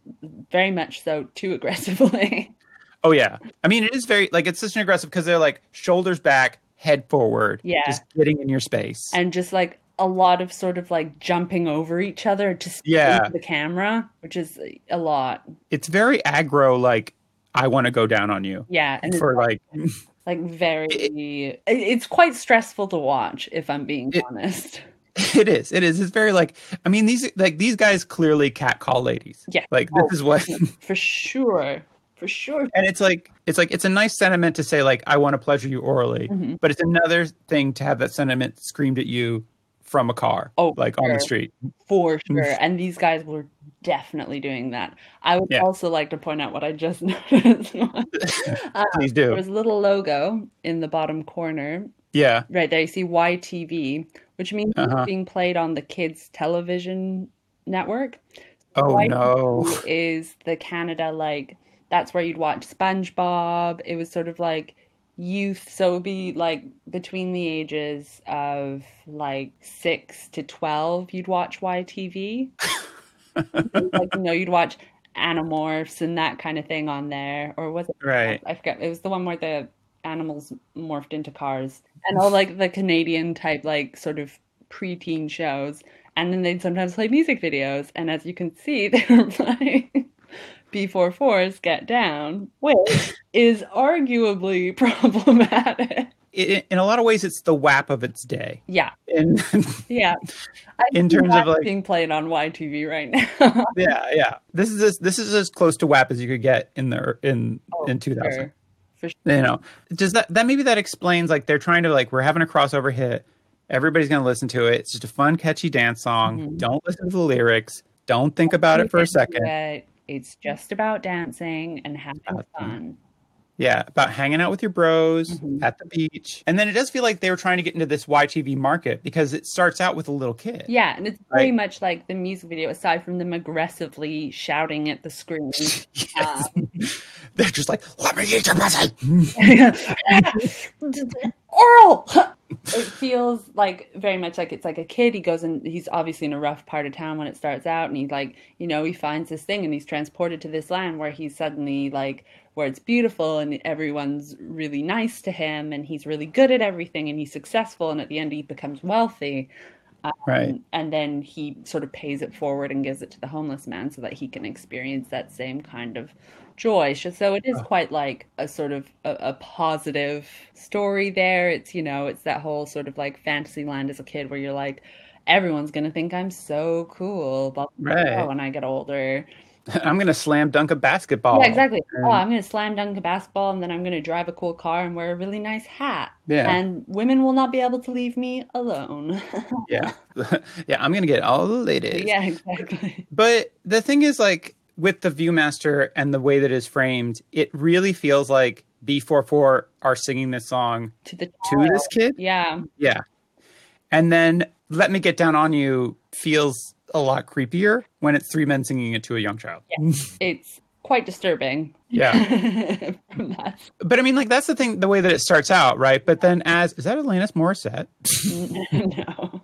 B: very much so too aggressively.
A: Oh yeah. I mean, it is very like it's such an aggressive because they're like shoulders back, head forward,
B: Yeah.
A: just getting in your space.
B: and just like a lot of sort of like jumping over each other just
A: Yeah.
B: into the camera, which is a lot.
A: it's very aggro, like I want to go down on you
B: Yeah, and
A: for like
B: it's like very. it- it's quite stressful to watch, if I'm being
A: It-
B: honest.
A: it is, it is. It's very like I mean these like these guys clearly catcall ladies.
B: Yeah.
A: like this
B: Oh.
A: is what,
B: For sure, for sure.
A: and it's like it's like it's a nice sentiment to say like I want to pleasure you orally,
B: Mhm.
A: but it's another thing to have that sentiment screamed at you from a car,
B: Oh,
A: like on
B: sure.
A: the street.
B: For sure. And these guys were definitely doing that. I would
A: Yeah.
B: also like to point out what I just noticed. Uh,
A: Please
B: there
A: do,
B: was a little logo in the bottom corner.
A: yeah.
B: Right there, you see YTV, which means
A: Uh-huh.
B: it's being played on the kids' television network.
A: Oh
B: Why-
A: no,
B: Who Is the Canada like that's where you'd watch SpongeBob. It was sort of like youth, so it would be like between the ages of like six to twelve, you'd watch YTV. like you know, you'd watch Animorphs and that kind of thing on there, or was it?
A: right?
B: I forget. It was the one where the animals morphed into cars and all like the Canadian type, like sort of preteen shows. And then they'd sometimes play music videos. And as you can see, they were playing B44's Get Down, which is arguably problematic.
A: In, in a lot of ways, it's the WAP of its day,
B: Yeah,
A: and
B: yeah. I
A: In
B: see
A: terms of,
B: that
A: like-
B: being played on YTV right now.
A: yeah, yeah. This is as, this is as close to WAP as you could get in the er, in
B: Oh,
A: in two thousand.
B: Sure. For sure.
A: you know does that that maybe that explains like they're trying to like we're having a crossover hit everybody's going to listen to it it's just a fun catchy dance song
B: Mhm.
A: don't listen to the lyrics don't think about it for a
B: It's
A: second
B: good. It's just about dancing and having
A: About
B: fun.
A: yeah about hanging out with your bros
B: Mhm.
A: at the beach and then it does feel like they were trying to get into this ytv market because it starts out with a little kid
B: Yeah, and it's very
A: Like-
B: much like the music video, aside from them aggressively shouting at the screen.
A: Yes. they're just like let me eat your pussy
B: uh, Oral! It feels like very much like it's like a kid. He goes and he's obviously in a rough part of town when it starts out, and he like, you know, he finds this thing and he's transported to this land where he's suddenly like, where it's beautiful and everyone's really nice to him and he's really good at everything and he's successful and at the end he becomes wealthy.
A: right
B: And, and then he sort of pays it forward and gives it to the homeless man so that he can experience that same kind of joy. So so it is quite like a sort of a, a positive story there. It's, you know, it's that whole sort of like fantasy land as a kid where you're like, everyone's going to think I'm so cool blah, blah, blah,
A: Right.
B: when I get older.
A: i'm going to slam dunk a basketball
B: Yeah, exactly. Oh,
A: Um,
B: I'm going to slam dunk a basketball and then I'm going to drive a cool car and wear a really nice hat.
A: yeah
B: And women will not be able to leave me alone.
A: yeah yeah i'm going to get all the ladies
B: yeah, exactly.
A: But the thing is, like with the ViewMaster and the way that it's framed, it really feels like B44 are singing this song
B: To the
A: to
B: child.
A: this kid.
B: Yeah,
A: Yeah. And then Let Me Get Down on You feels a lot creepier when it's three men singing it to a young child.
B: it's quite disturbing.
A: Yeah.
B: From that.
A: But I mean, like, that's the thing, the way that it starts out, right? But then, as is that Alanis Morissette?
B: no.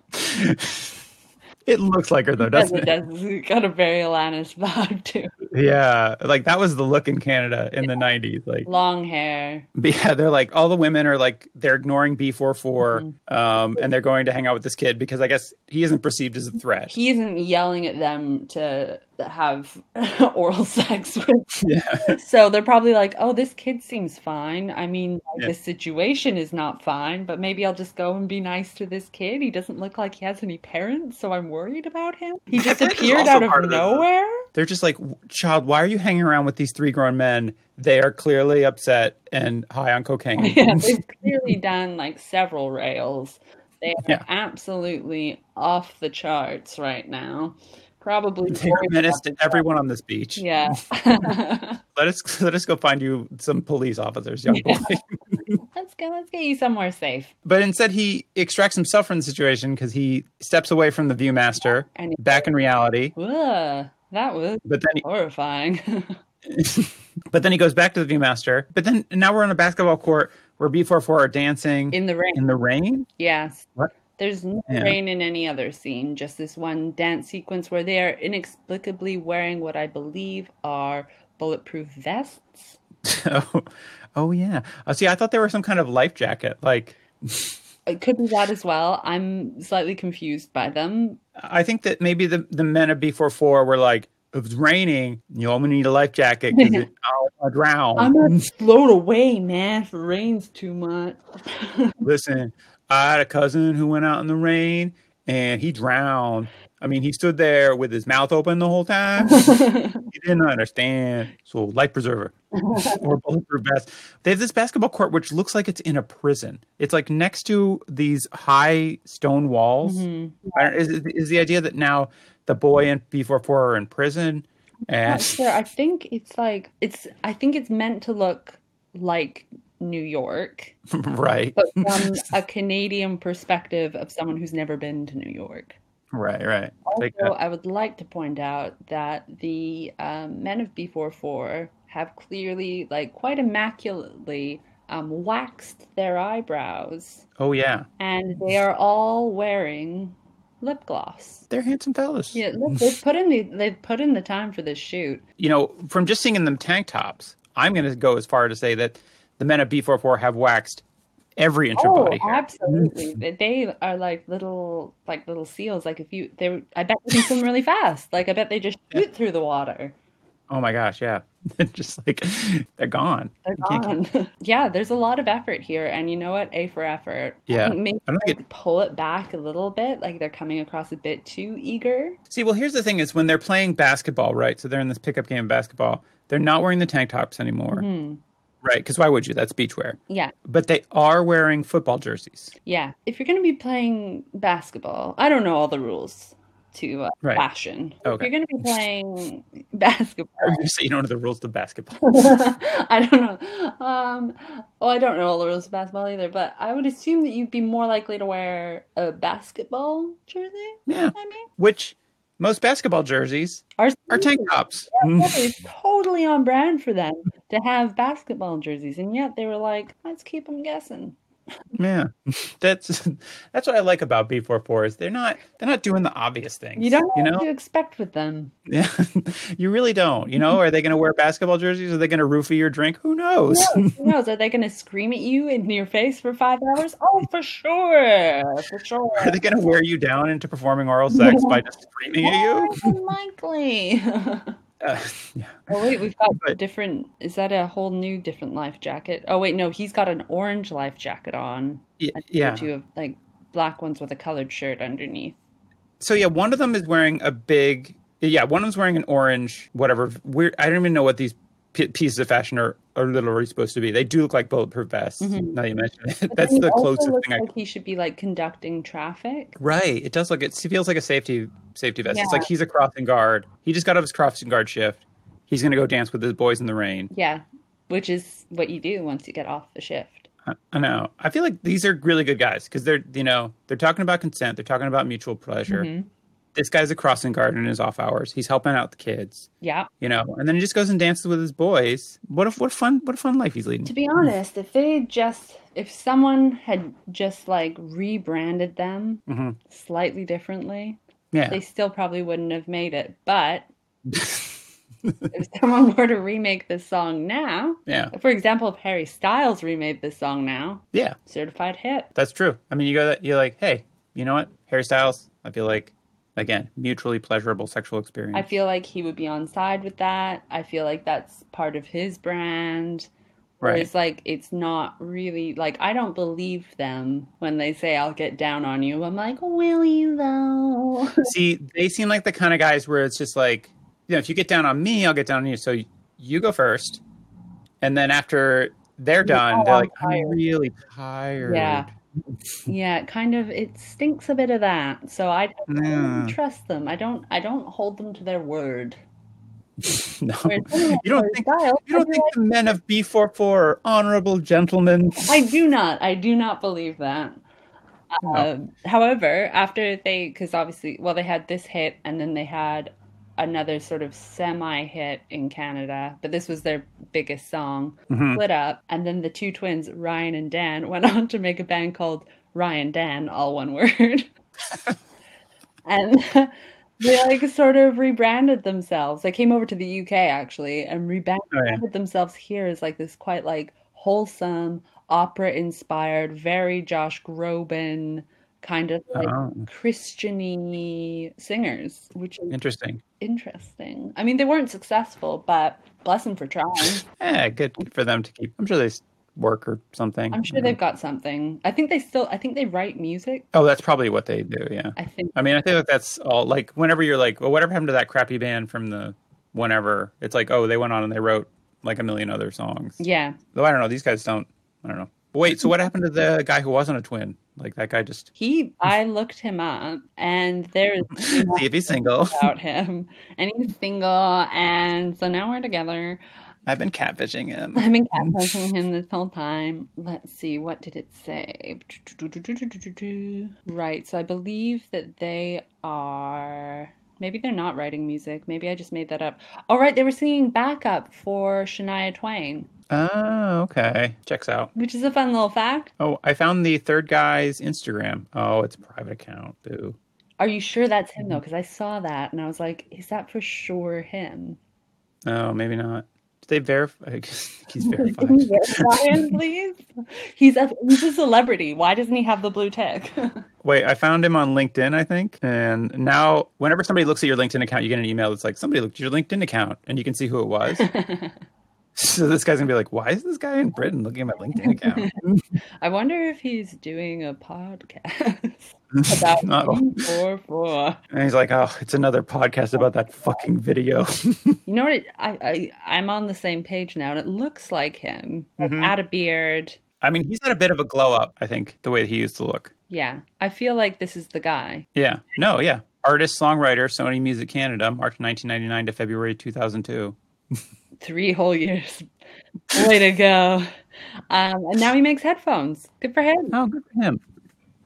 A: It looks like her, though,
B: Yes,
A: doesn't
B: it
A: it?
B: does. It's got a very Alanis vibe too.
A: Yeah. Like, that was the look in Canada in the 90s. Like,
B: Long hair.
A: But Yeah, they're like all the women are like they're ignoring B44
B: Mm-hmm.
A: um and they're going to hang out with this kid because I guess he isn't perceived as a threat.
B: He isn't yelling at them to have oral sex with.
A: yeah.
B: So they're probably like, oh, this kid seems fine. I mean, like,
A: Yeah.
B: this situation is not fine, but maybe I'll just go and be nice to this kid. He doesn't look like he has any parents, so I'm worried about him. He just
A: think it's
B: appeared
A: also
B: out of
A: part of the-
B: nowhere.
A: They're just like, "Child, why are you hanging around with these three grown men? They are clearly upset and high on cocaine."
B: Yeah, they've clearly done like several rails. They are
A: Yeah.
B: absolutely off the charts right now. Probably
A: They're a menace to everyone on this beach.
B: Yeah.
A: Let us let us go find you some police officers, young
B: Yeah.
A: boy.
B: let's go. Let's get you somewhere safe.
A: But instead, he extracts himself from the situation because he steps away from the ViewMaster
B: And
A: back in reality.
B: Ugh, that was
A: But then
B: horrifying.
A: but then he goes back to the ViewMaster. But then now we're on a basketball court where B44 are dancing in,
B: in the rain.
A: the rain.
B: Yes.
A: What?
B: There's no
A: Yeah.
B: rain in any other scene, just this one dance sequence where they are inexplicably wearing what I believe are bulletproof vests.
A: oh, oh yeah. Oh, see, I thought they were some kind of life jacket. Like
B: It could be that as well. I'm slightly confused by them.
A: I think that maybe the, the men of B44 were like, if it's raining, you only need a life jacket because I'll drown.
B: I'm gonna float away, man, if it rains too much.
A: Listen, I had a cousin who went out in the rain and he drowned. I mean, he stood there with his mouth open the whole time. he didn't understand. So, life preserver or bulletproof vest. They have this basketball court which looks like it's in a prison. It's like next to these high stone walls.
B: Mhm.
A: I don't, is, is the idea that now the boy and B44 are in prison?
B: Not
A: And
B: sure. I think it's like it's. I think it's meant to look like New York,
A: right,
B: but from a Canadian perspective of someone who's never been to New York.
A: right, right. Like,
B: Also, I would like to point out that the um, men of B44 have clearly, like, quite immaculately um, waxed their eyebrows,
A: oh yeah,
B: and they are all wearing lip gloss.
A: they're handsome fellas.
B: Yeah, look, they've put in the they've put in the time for this shoot.
A: You know, from just seeing them tank tops, I'm going to go as far to say that the men of B44 have waxed every inch of
B: Oh,
A: body hair.
B: absolutely. They- They are like little like little seals. Like if you they I bet they can swim really fast. Like I bet they just shoot through the water.
A: Oh my gosh, yeah. just like they're gone.
B: They're
A: You can't keep-
B: gone. Yeah, there's a lot of effort here, and you know what? A for effort. I
A: Yeah.
B: think Maybe
A: I don't think
B: like, pull it back a little bit. Like they're coming across a bit too eager.
A: See, well, here's the thing is when they're playing basketball, right? So they're in this pickup game of basketball. They're not wearing the tank tops anymore,
B: Hmm.
A: right? Because why would you? That's beachwear.
B: Yeah,
A: But they are wearing football jerseys.
B: yeah. If you're gonna be playing basketball, I don't know all the rules to uh,
A: Right.
B: fashion. If
A: Okay.
B: you're gonna be playing basketball,
A: Or you say you don't know the rules of basketball.
B: I don't know. Um, well, I don't know all the rules of basketball either, but I would assume that you'd be more likely to wear a basketball jersey.
A: Yeah.
B: I mean,
A: Which most basketball jerseys
B: Ours-
A: are tank tops.
B: Yeah, it's totally on brand for them to have basketball jerseys, and yet they were like, let's keep them guessing.
A: Yeah. That's that's what I like about B44 is they're not they're not doing the obvious things.
B: You don't know
A: you know?
B: what to expect with them.
A: Yeah, you really don't. You know, are they going to wear basketball jerseys? Are they going to roofie your drink? Who knows?
B: Who knows? Are they going to scream at you in your face for five hours? Oh, for sure, for sure.
A: Are they going to wear you down into performing oral sex by just screaming at you?
B: More than likely.
A: Uh, yeah.
B: oh wait, we've got
A: But-
B: different. Is that a whole new different life jacket? Oh wait, no, he's got an orange life jacket on.
A: Y-
B: I think the
A: yeah.
B: Two of like black ones with a colored shirt underneath.
A: So yeah, one of them is wearing a big. Yeah, one of them's wearing an orange, whatever. Weird. I don't even know what these p- pieces of fashion are, are literally supposed to be. They do look like bulletproof vests.
B: Mhm.
A: Now you mention it.
B: But then
A: That's
B: he
A: the
B: also
A: closest
B: looks
A: thing I.
B: like he should be like conducting traffic.
A: Right. It does look. It feels like a safety safety vest. It's
B: Yeah.
A: like he's a crossing guard. He just got out of his crossing guard shift. He's going to go dance with his boys in the rain.
B: Yeah, which is what you do once you get off the shift.
A: I- I know. I feel like these are really good guys because they're, you know, they're talking about consent. They're talking about mutual pleasure.
B: Mhm.
A: This guy's a crossing guard in his off hours. He's helping out the kids,
B: Yeah.
A: you know, and then he just goes and dances with his boys. What a what a fun what a fun life he's
B: To
A: leading.
B: be honest, if they just, if someone had just like rebranded them
A: hmm
B: slightly differently,
A: Yeah,
B: they still probably wouldn't have made it. But if someone were to remake this song now,
A: yeah,
B: for example, if Harry Styles remade this song now,
A: yeah.
B: certified hit.
A: That's true. I mean, you go that you're like, hey, you know what, Harry Styles. I feel like again, mutually pleasurable sexual experience.
B: I feel like he would be on side with that. I feel like that's part of his brand.
A: Right.
B: Whereas, like, it's not really like I don't believe them when they say I'll get down on you. I'm like, will you though?
A: See, they seem like the kind of guys where it's just like, you know, if you get down on me, I'll get down on you. So y- you go first. And then after they're done,
B: Oh,
A: they're
B: I'm
A: like,
B: tired."
A: I'm really tired.
B: Yeah. Yeah, it kind of. It stinks a bit of that. So I don't
A: Yeah.
B: trust them. I don't. I don't hold them to their word.
A: No.
B: Whereas someone like
A: You don't
B: Harry
A: think-
B: Styles,
A: You don't
B: I'd be
A: think the men of B44 are honorable gentlemen?
B: I do not. I do not believe that. Um, however, after they, because obviously, well, they had this hit and then they had another sort of semi hit in Canada, but this was their biggest song,
A: Mhm.
B: Split Up. And then the two twins, Ryan and Dan, went on to make a band called Ryan Dan, all one word. and they like sort of rebranded themselves. They came over to the UK actually and rebranded
A: Oh, yeah.
B: themselves here as like this quite like wholesome opera inspired, very Josh Groban kind of like
A: Oh,
B: Christiany singers, which is
A: interesting.
B: interesting. I mean, they weren't successful, but bless them for trying.
A: Yeah, Eh, good for them to keep. I'm sure they s- work or something.
B: I'm sure they've got something. I think they still, I think they write music.
A: Oh, that's probably what they do. Yeah.
B: I think
A: I mean, I think that that's all. Like, whenever you're like, well, whatever happened to that crappy band from the whenever? It's like, oh, they went on and they wrote like a million other songs.
B: Yeah.
A: Though I don't know. These guys don't. I don't know. But wait, so what happened to the guy who wasn't a twin? Like that guy just
B: He, I looked him up and there is
A: see if he's single.
B: about him and he's single. And so now we're together.
A: I've been catfishing him.
B: I've been catfishing him this whole time. Let's see, what did it say? Right, so I believe that they are. Maybe they're not writing music. Maybe I just made that up. All right, they were singing backup for Shania Twain,
A: Oh, okay. Checks out.
B: which is a fun little fact.
A: Oh, I found the third guy's Instagram. Oh, it's a private account. Boo.
B: Are you sure that's him though? Because I saw that and I was like, is that for sure him?
A: Oh, maybe not. Did they verify? he's
B: Can you
A: verified.
B: verify him, please? He's a he's a celebrity. Why doesn't he have the blue tick?
A: Wait, I found him on LinkedIn, I think. And now, whenever somebody looks at your LinkedIn account, you get an email that's like, somebody looked at your LinkedIn account and you can see who it was. so this guy's going to be like, why is this guy in Britain looking at my LinkedIn account?
B: I wonder if he's doing a podcast about
A: Not all.
B: 444.
A: Oh, And he's like, oh, it's another podcast about that fucking video.
B: You know what? It, I, I I'm on the same page now, and it looks like him. Like,
A: Mhm.
B: Add a beard.
A: I mean, he's had a bit of a glow up, I think, the way that he used to look.
B: Yeah, I feel like this is the guy.
A: Yeah. No, yeah. Artist, songwriter, Sony Music Canada, March 1999 to February 2002.
B: Three whole years. Way to go. Um, and now he makes headphones. Good for him.
A: Oh, good for him.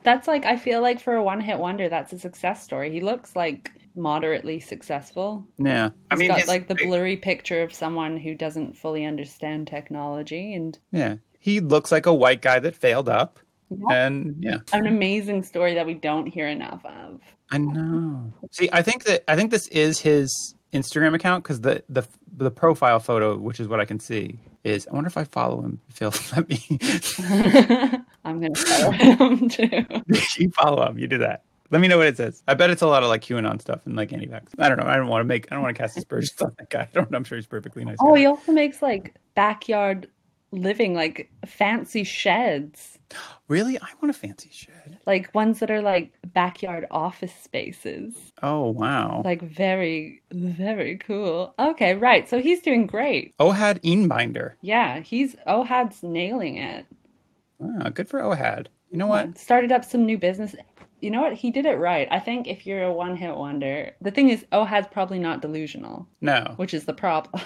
B: That's like I feel like for a one-hit wonder, that's a success story. He looks like moderately successful.
A: Yeah. I
B: He's
A: mean,
B: got
A: his-
B: like the blurry picture of someone who doesn't fully understand technology and
A: yeah. He looks like a white guy that failed up. And yeah.
B: an amazing story that we don't hear enough of.
A: I know. See, I think that I think this is his Instagram account because the the the profile photo, which is what I can see, is. I wonder if I follow him. If he'll let me.
B: I'm gonna follow him too.
A: you follow him. You do that. Let me know what it says. I bet it's a lot of like QAnon stuff and like anti-vax. I don't know. I don't want to make. I don't want to cast aspersions on that guy. I don't. know. I'm sure he's a perfectly nice.
B: Oh,
A: guy.
B: he also makes like backyard living, like fancy sheds,
A: Really? I want a fancy shed.
B: like ones that are like backyard office spaces.
A: Oh wow.
B: Like very, very cool. Okay, right. So he's doing great.
A: Ohad Einbinder.
B: Yeah, he's Ohad's nailing it.
A: Wow, good for Ohad. You know what?
B: Started up some new business. You know what? He did it right. I think if you're a one-hit wonder, the thing is, Ohad's probably not delusional,
A: No.
B: which is the problem.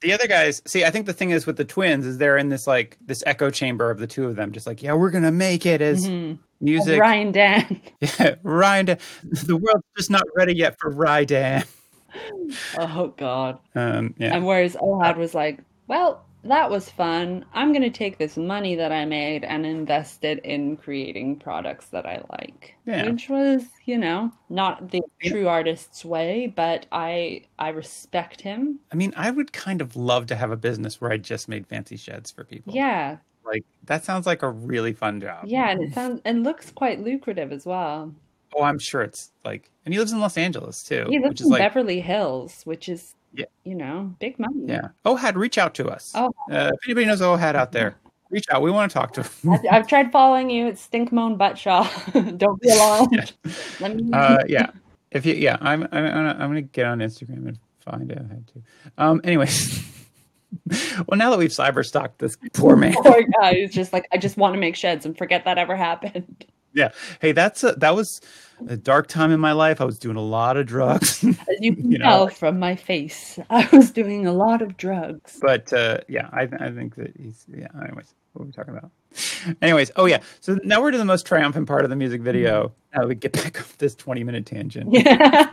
A: The other guys, see, I think the thing is with the twins is they're in this like this echo chamber of the two of them, just like, yeah, we're gonna make it as
B: Mhm.
A: music.
B: Ryan Dan.
A: Yeah, Ryan, the world's just not ready yet for Ryan.
B: Oh God.
A: Um, yeah,
B: And whereas Ohad was like, well, that was fun. I'm going to take this money that I made and invest it in creating products that I like,
A: Yeah.
B: which was, you know, not the
A: Yeah.
B: true artist's way, but I I respect him.
A: I mean, I would kind of love to have a business where I just made fancy sheds for people.
B: Yeah.
A: like that sounds like a really fun job.
B: Yeah, and it sounds and looks quite lucrative as well.
A: Oh, I'm sure it's like, and he lives in Los Angeles too,
B: He lives
A: which is
B: in
A: like,
B: Beverly Hills, which is,
A: Yeah.
B: you know, big money.
A: yeah. Ohad, reach out to us.
B: Ohad.
A: Uh, if anybody knows Ohad out there, reach out. We want to talk to him.
B: I've, I've tried following you. It's Stink Moan Buttshaw. Don't be alarmed.
A: Yeah.
B: Let me
A: uh, yeah. If you, yeah, I'm, I'm, I'm gonna, I'm gonna get on Instagram and find out how to. Um, anyways, well, now that we've cyberstalked this poor man,
B: poor guy who's just like, I just want to make sheds and forget that ever happened.
A: yeah. Hey, that's a, that was a dark time in my life. I was doing a lot of drugs,
B: As you can
A: You know.
B: tell from my face, I was doing a lot of drugs.
A: but uh, yeah, I, I think that he's, yeah. Anyways, what were we talking about? Anyways, oh yeah. So now we're to the most triumphant part of the music video. Now that we get back off this 20 minute tangent.
B: Yeah.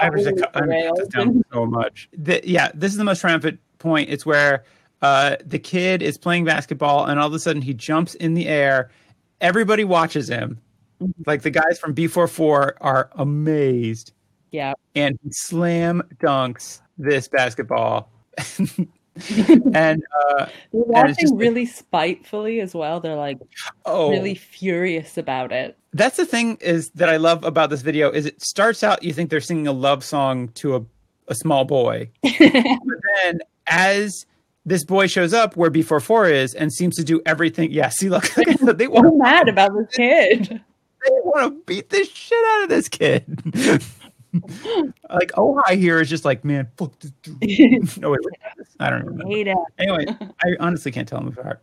A: I was like, I'm just down so much. The, yeah, this is the most triumphant point. It's where uh, the kid is playing basketball, and all of a sudden he jumps in the air. Everybody watches him. Like the guys from B44 are amazed,
B: Yeah.
A: and he slam dunks this basketball. and uh,
B: They're
A: And it's
B: watching
A: just like-
B: really spitefully as well. They're like
A: oh,
B: really furious about it.
A: that's the thing is that I love about this video is it starts out you think they're singing a love song to a, a small boy, but then as this boy shows up where before four is and seems to do everything. Yeah, see, look, look at that. they
B: They're
A: want
B: mad about this kid.
A: they want to beat the shit out of this kid. like oh, Ohi here is just like, man, fuck this dude. No, wait, wait, I don't remember.
B: Hate it.
A: anyway, I honestly can't tell them apart.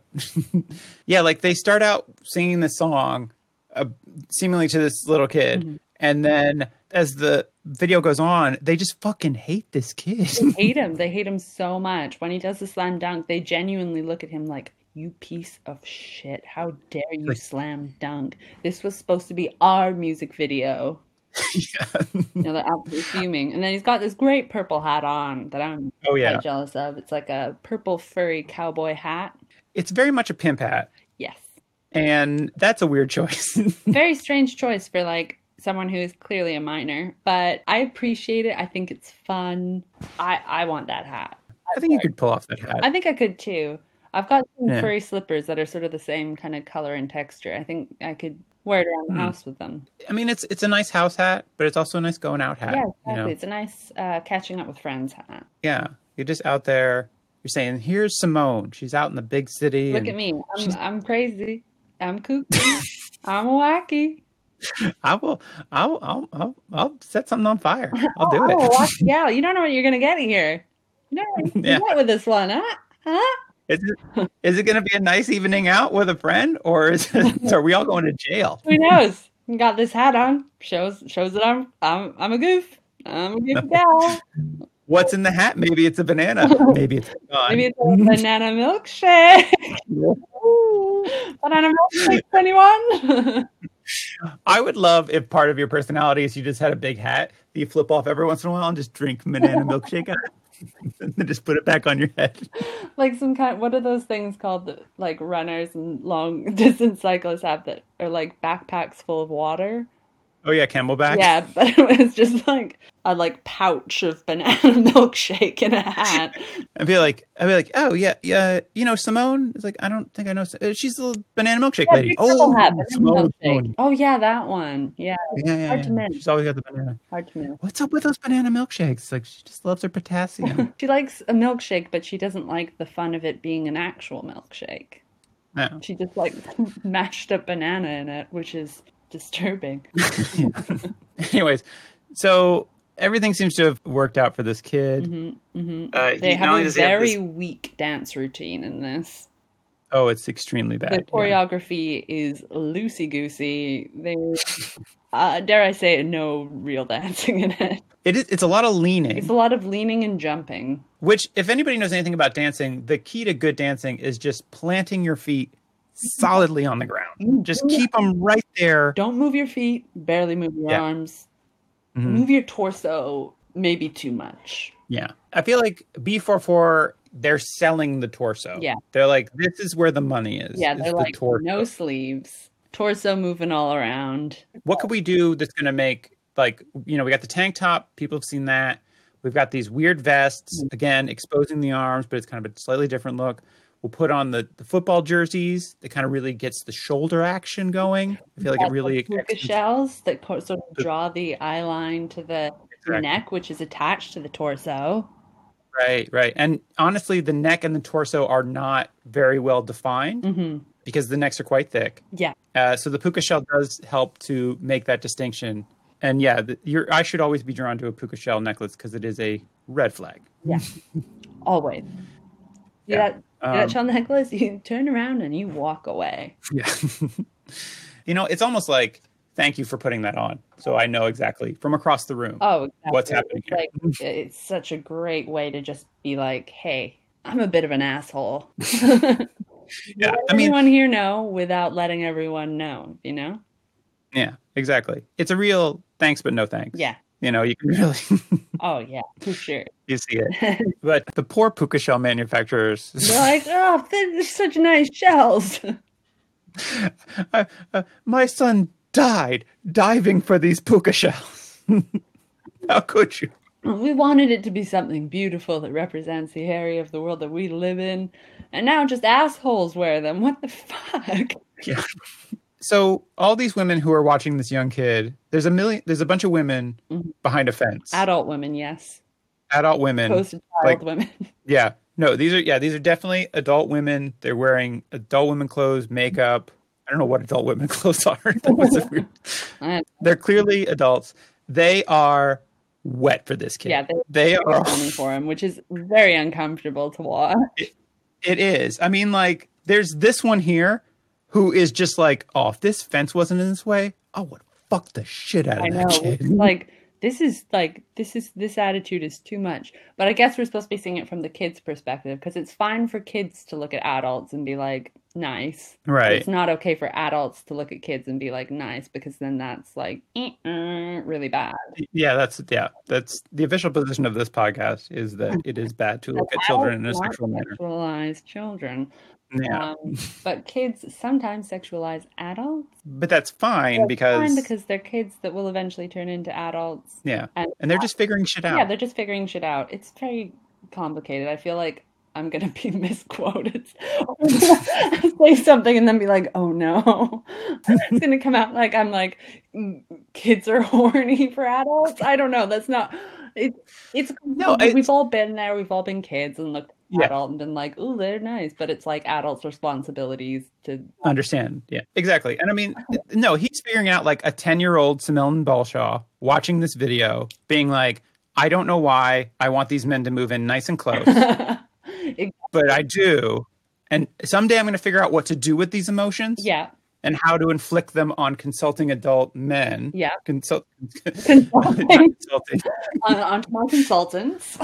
A: yeah, like they start out singing the song, uh, seemingly to this little kid,
B: Mhm.
A: and then as the video goes on, they just fucking hate this kid.
B: They hate him. They hate him so much. When he does the slam dunk, they genuinely look at him like, "You piece of shit! How dare you
A: Like-
B: slam dunk? This was supposed to be our music video."
A: Yeah.
B: You know, they're absolutely fuming. And then he's got this great purple hat on that I'm
A: Oh
B: quite
A: yeah,
B: jealous of. It's like a purple furry cowboy hat.
A: it's very much a pimp hat,
B: Yes.
A: and that's a weird choice.
B: Very strange choice for like someone who is clearly a minor, but I appreciate it. I think it's fun. I I want that hat.
A: I think you could pull off that hat.
B: I think I could too. I've got some
A: Yeah.
B: furry slippers that are sort of the same kind of color and texture. I think I could wear it around the
A: Hmm.
B: house with them.
A: I mean, it's it's a nice house hat, but it's also a nice going out hat.
B: Yeah,
A: you
B: exactly.
A: know?
B: It's a nice uh, catching up with friends hat.
A: yeah. You're just out there. You're saying, "Here's Simone. She's out in the big city."
B: Look
A: and-
B: at me. I'm
A: she's-
B: I'm crazy. I'm kooky. I'm wacky.
A: I will. I'll. I'll. I'll, I'll set something on fire. I'll do
B: Oh, I'm a
A: it.
B: wacky gal. You don't know what you're gonna get here. You don't know what you're gonna
A: Yeah.
B: get with this one, huh? Huh?
A: Is it, is it going to be a nice evening out with a friend, or is it, are we all going to jail?
B: Who knows? Got this hat on. Shows shows that I'm I'm I'm a goof. I'm a goof gal.
A: What's in the hat? Maybe it's a banana. Maybe it's gone.
B: Maybe it's a banana milkshake. banana milkshake, anyone?
A: I would love if part of your personality is you just had a big hat that you flip off every once in a while and just drink banana milkshake out of, and then just put it back on your head.
B: like some kind. What are those things called? That, like runners and long distance cyclists have that are like backpacks full of water.
A: Oh yeah, Camelback.
B: Yeah, but it was just like a like pouch of banana milkshake in a hat.
A: I'd be like, I'd be like, oh yeah, yeah, you know Simone. It's like I don't think I know. Si- uh, She's the banana milkshake
B: Yeah,
A: lady. Oh,
B: big purple hat, banana
A: Simone,
B: milkshake.
A: Simone.
B: Oh yeah, that one. Yeah,
A: Yeah, yeah,
B: Hard to
A: yeah.
B: miss.
A: She's always got the banana.
B: hard to know.
A: What's up with those banana milkshakes? Like she just loves her potassium.
B: She likes a milkshake, but she doesn't like the fun of it being an actual milkshake.
A: no.
B: She just like mashed up banana in it, which is disturbing.
A: Anyways, so everything seems to have worked out for this kid.
B: hmm hmm
A: Uh, he-
B: They
A: not
B: have
A: only
B: a
A: does he have
B: very
A: this-
B: weak dance routine in this.
A: oh, it's extremely bad.
B: The
A: yeah.
B: choreography is loosey goosey. They, uh, dare I say, it, no real dancing in it.
A: It is. It's a lot of
B: It's
A: leaning.
B: a lot of leaning and jumping.
A: Which, if anybody knows anything about dancing, the key to good dancing is just planting your feet solidly on the ground.
B: You
A: Just
B: do
A: keep them right there.
B: Don't move your feet. Barely move your
A: Yeah.
B: arms.
A: Mhm.
B: Move your torso. Maybe too much.
A: Yeah. I feel like B44, they're selling the torso.
B: Yeah.
A: They're like, this is where the money is.
B: Yeah,
A: is
B: they're
A: the
B: like
A: torso.
B: no sleeves, torso moving all around.
A: What could we do that's going to make, like, you know, we got the tank top. People have seen that. We've got these weird vests, again, exposing the arms, but it's kind of a slightly different look. We'll put on the, the football jerseys that kind of really gets the shoulder action going. I feel like
B: Got
A: it
B: the
A: really.
B: puka shells that co- sort of draw the eye line to the
A: Exactly.
B: neck, which is attached to the torso.
A: Right, right. And honestly, the neck and the torso are not very well defined.
B: hmm
A: because the necks are quite thick.
B: Yeah.
A: Uh, so the puka shell does help to make that distinction. And yeah, the, your I should always be drawn to a puka shell necklace because it is a red flag.
B: Always. You
A: Yeah.
B: got
A: Um,
B: that shell necklace, you turn around and you walk away.
A: yeah. you know, it's almost like thank you for putting that on, so I know exactly from across the room.
B: Oh, exactly.
A: What's happening
B: It's Like, it's such a great way to just be like, hey, I'm a bit of an asshole.
A: yeah.
B: Let
A: I mean,
B: everyone here know without letting everyone know, you know?
A: yeah, exactly. It's a real thanks but no thanks.
B: Yeah.
A: You know, you can really
B: Oh, yeah, for sure.
A: you see it. But the poor puka shell manufacturers.
B: They're like, oh, they're such nice shells.
A: uh, uh, my son died diving for these puka shells. How could you?
B: We wanted it to be something beautiful that represents the area of the world that we live in, and now just assholes wear them. What the fuck?
A: So all these women who are watching this young kid, there's a million, there's a bunch of women
B: Mhm.
A: behind a fence,
B: Adult women, yes.
A: adult women.
B: Post child
A: like-
B: women.
A: Yeah. No, these are yeah, these are definitely adult women. They're wearing adult women clothes, makeup. I don't know what adult women clothes are. That was a weird-
B: I-
A: They're clearly adults. They are wet for this kid.
B: Yeah, they're
A: They are
B: coming for him, which is very uncomfortable to watch.
A: it is. I mean, like, there's this one here who is just like, oh, if this fence wasn't in this way, I would fuck the shit out of
B: I know.
A: that
B: which is
A: kid.
B: Like this is like this is this attitude is too much. But I guess we're supposed to be seeing it from the kids' perspective because it's fine for kids to look at adults and be like nice. but
A: Right.
B: It's not okay for adults to look at kids and be like nice because then that's like eh, eh, really bad.
A: Yeah, that's yeah. That's the official position of this podcast is that it is bad to look at children in a
B: Adults not
A: sexual manner.
B: sexualize children.
A: Yeah.
B: Um, but kids sometimes sexualize adults.
A: But that's fine
B: That's
A: because
B: fine because they're kids that will eventually turn into adults.
A: Yeah.
B: And-
A: And they're just figuring shit out.
B: Yeah, they're just figuring shit out. It's very complicated. I feel like I'm gonna be misquoted. Say something and then be like, "Oh no!" It's gonna come out like I'm like, "Mm, kids are horny for adults. I don't know. That's not. It's it's
A: No,
B: complicated. we've
A: it's-
B: all been there. We've all been kids and looked at
A: Yeah.
B: adult and been like, "Oh, they're nice," but it's like adults' responsibilities to.
A: Understand. Yeah. Exactly. And I mean, no, he's figuring out like a 10 year old Simone Balshaw watching this video, being like, I don't know why I want these men to move in nice and close,
B: It-
A: but I do. And someday I'm going to figure out what to do with these emotions
B: yeah,
A: and how to inflict them on consulting adult men.
B: yeah.
A: Consult- not
B: Consulting
A: consulting.
B: on, on to my consultants.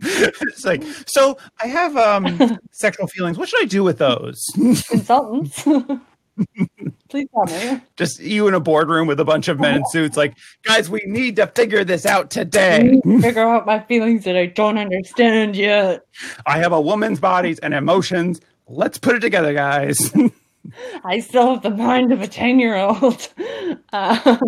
A: it's like, so I have um, sexual feelings. What should I do with those?
B: consultants. Please tell me.
A: just you in a boardroom with a bunch of men in suits like guys we need to figure this out today
B: Figure out my feelings that I don't understand yet.
A: i have a woman's bodies and emotions let's put it together guys
B: I still have the mind of a 10 year old. Uh,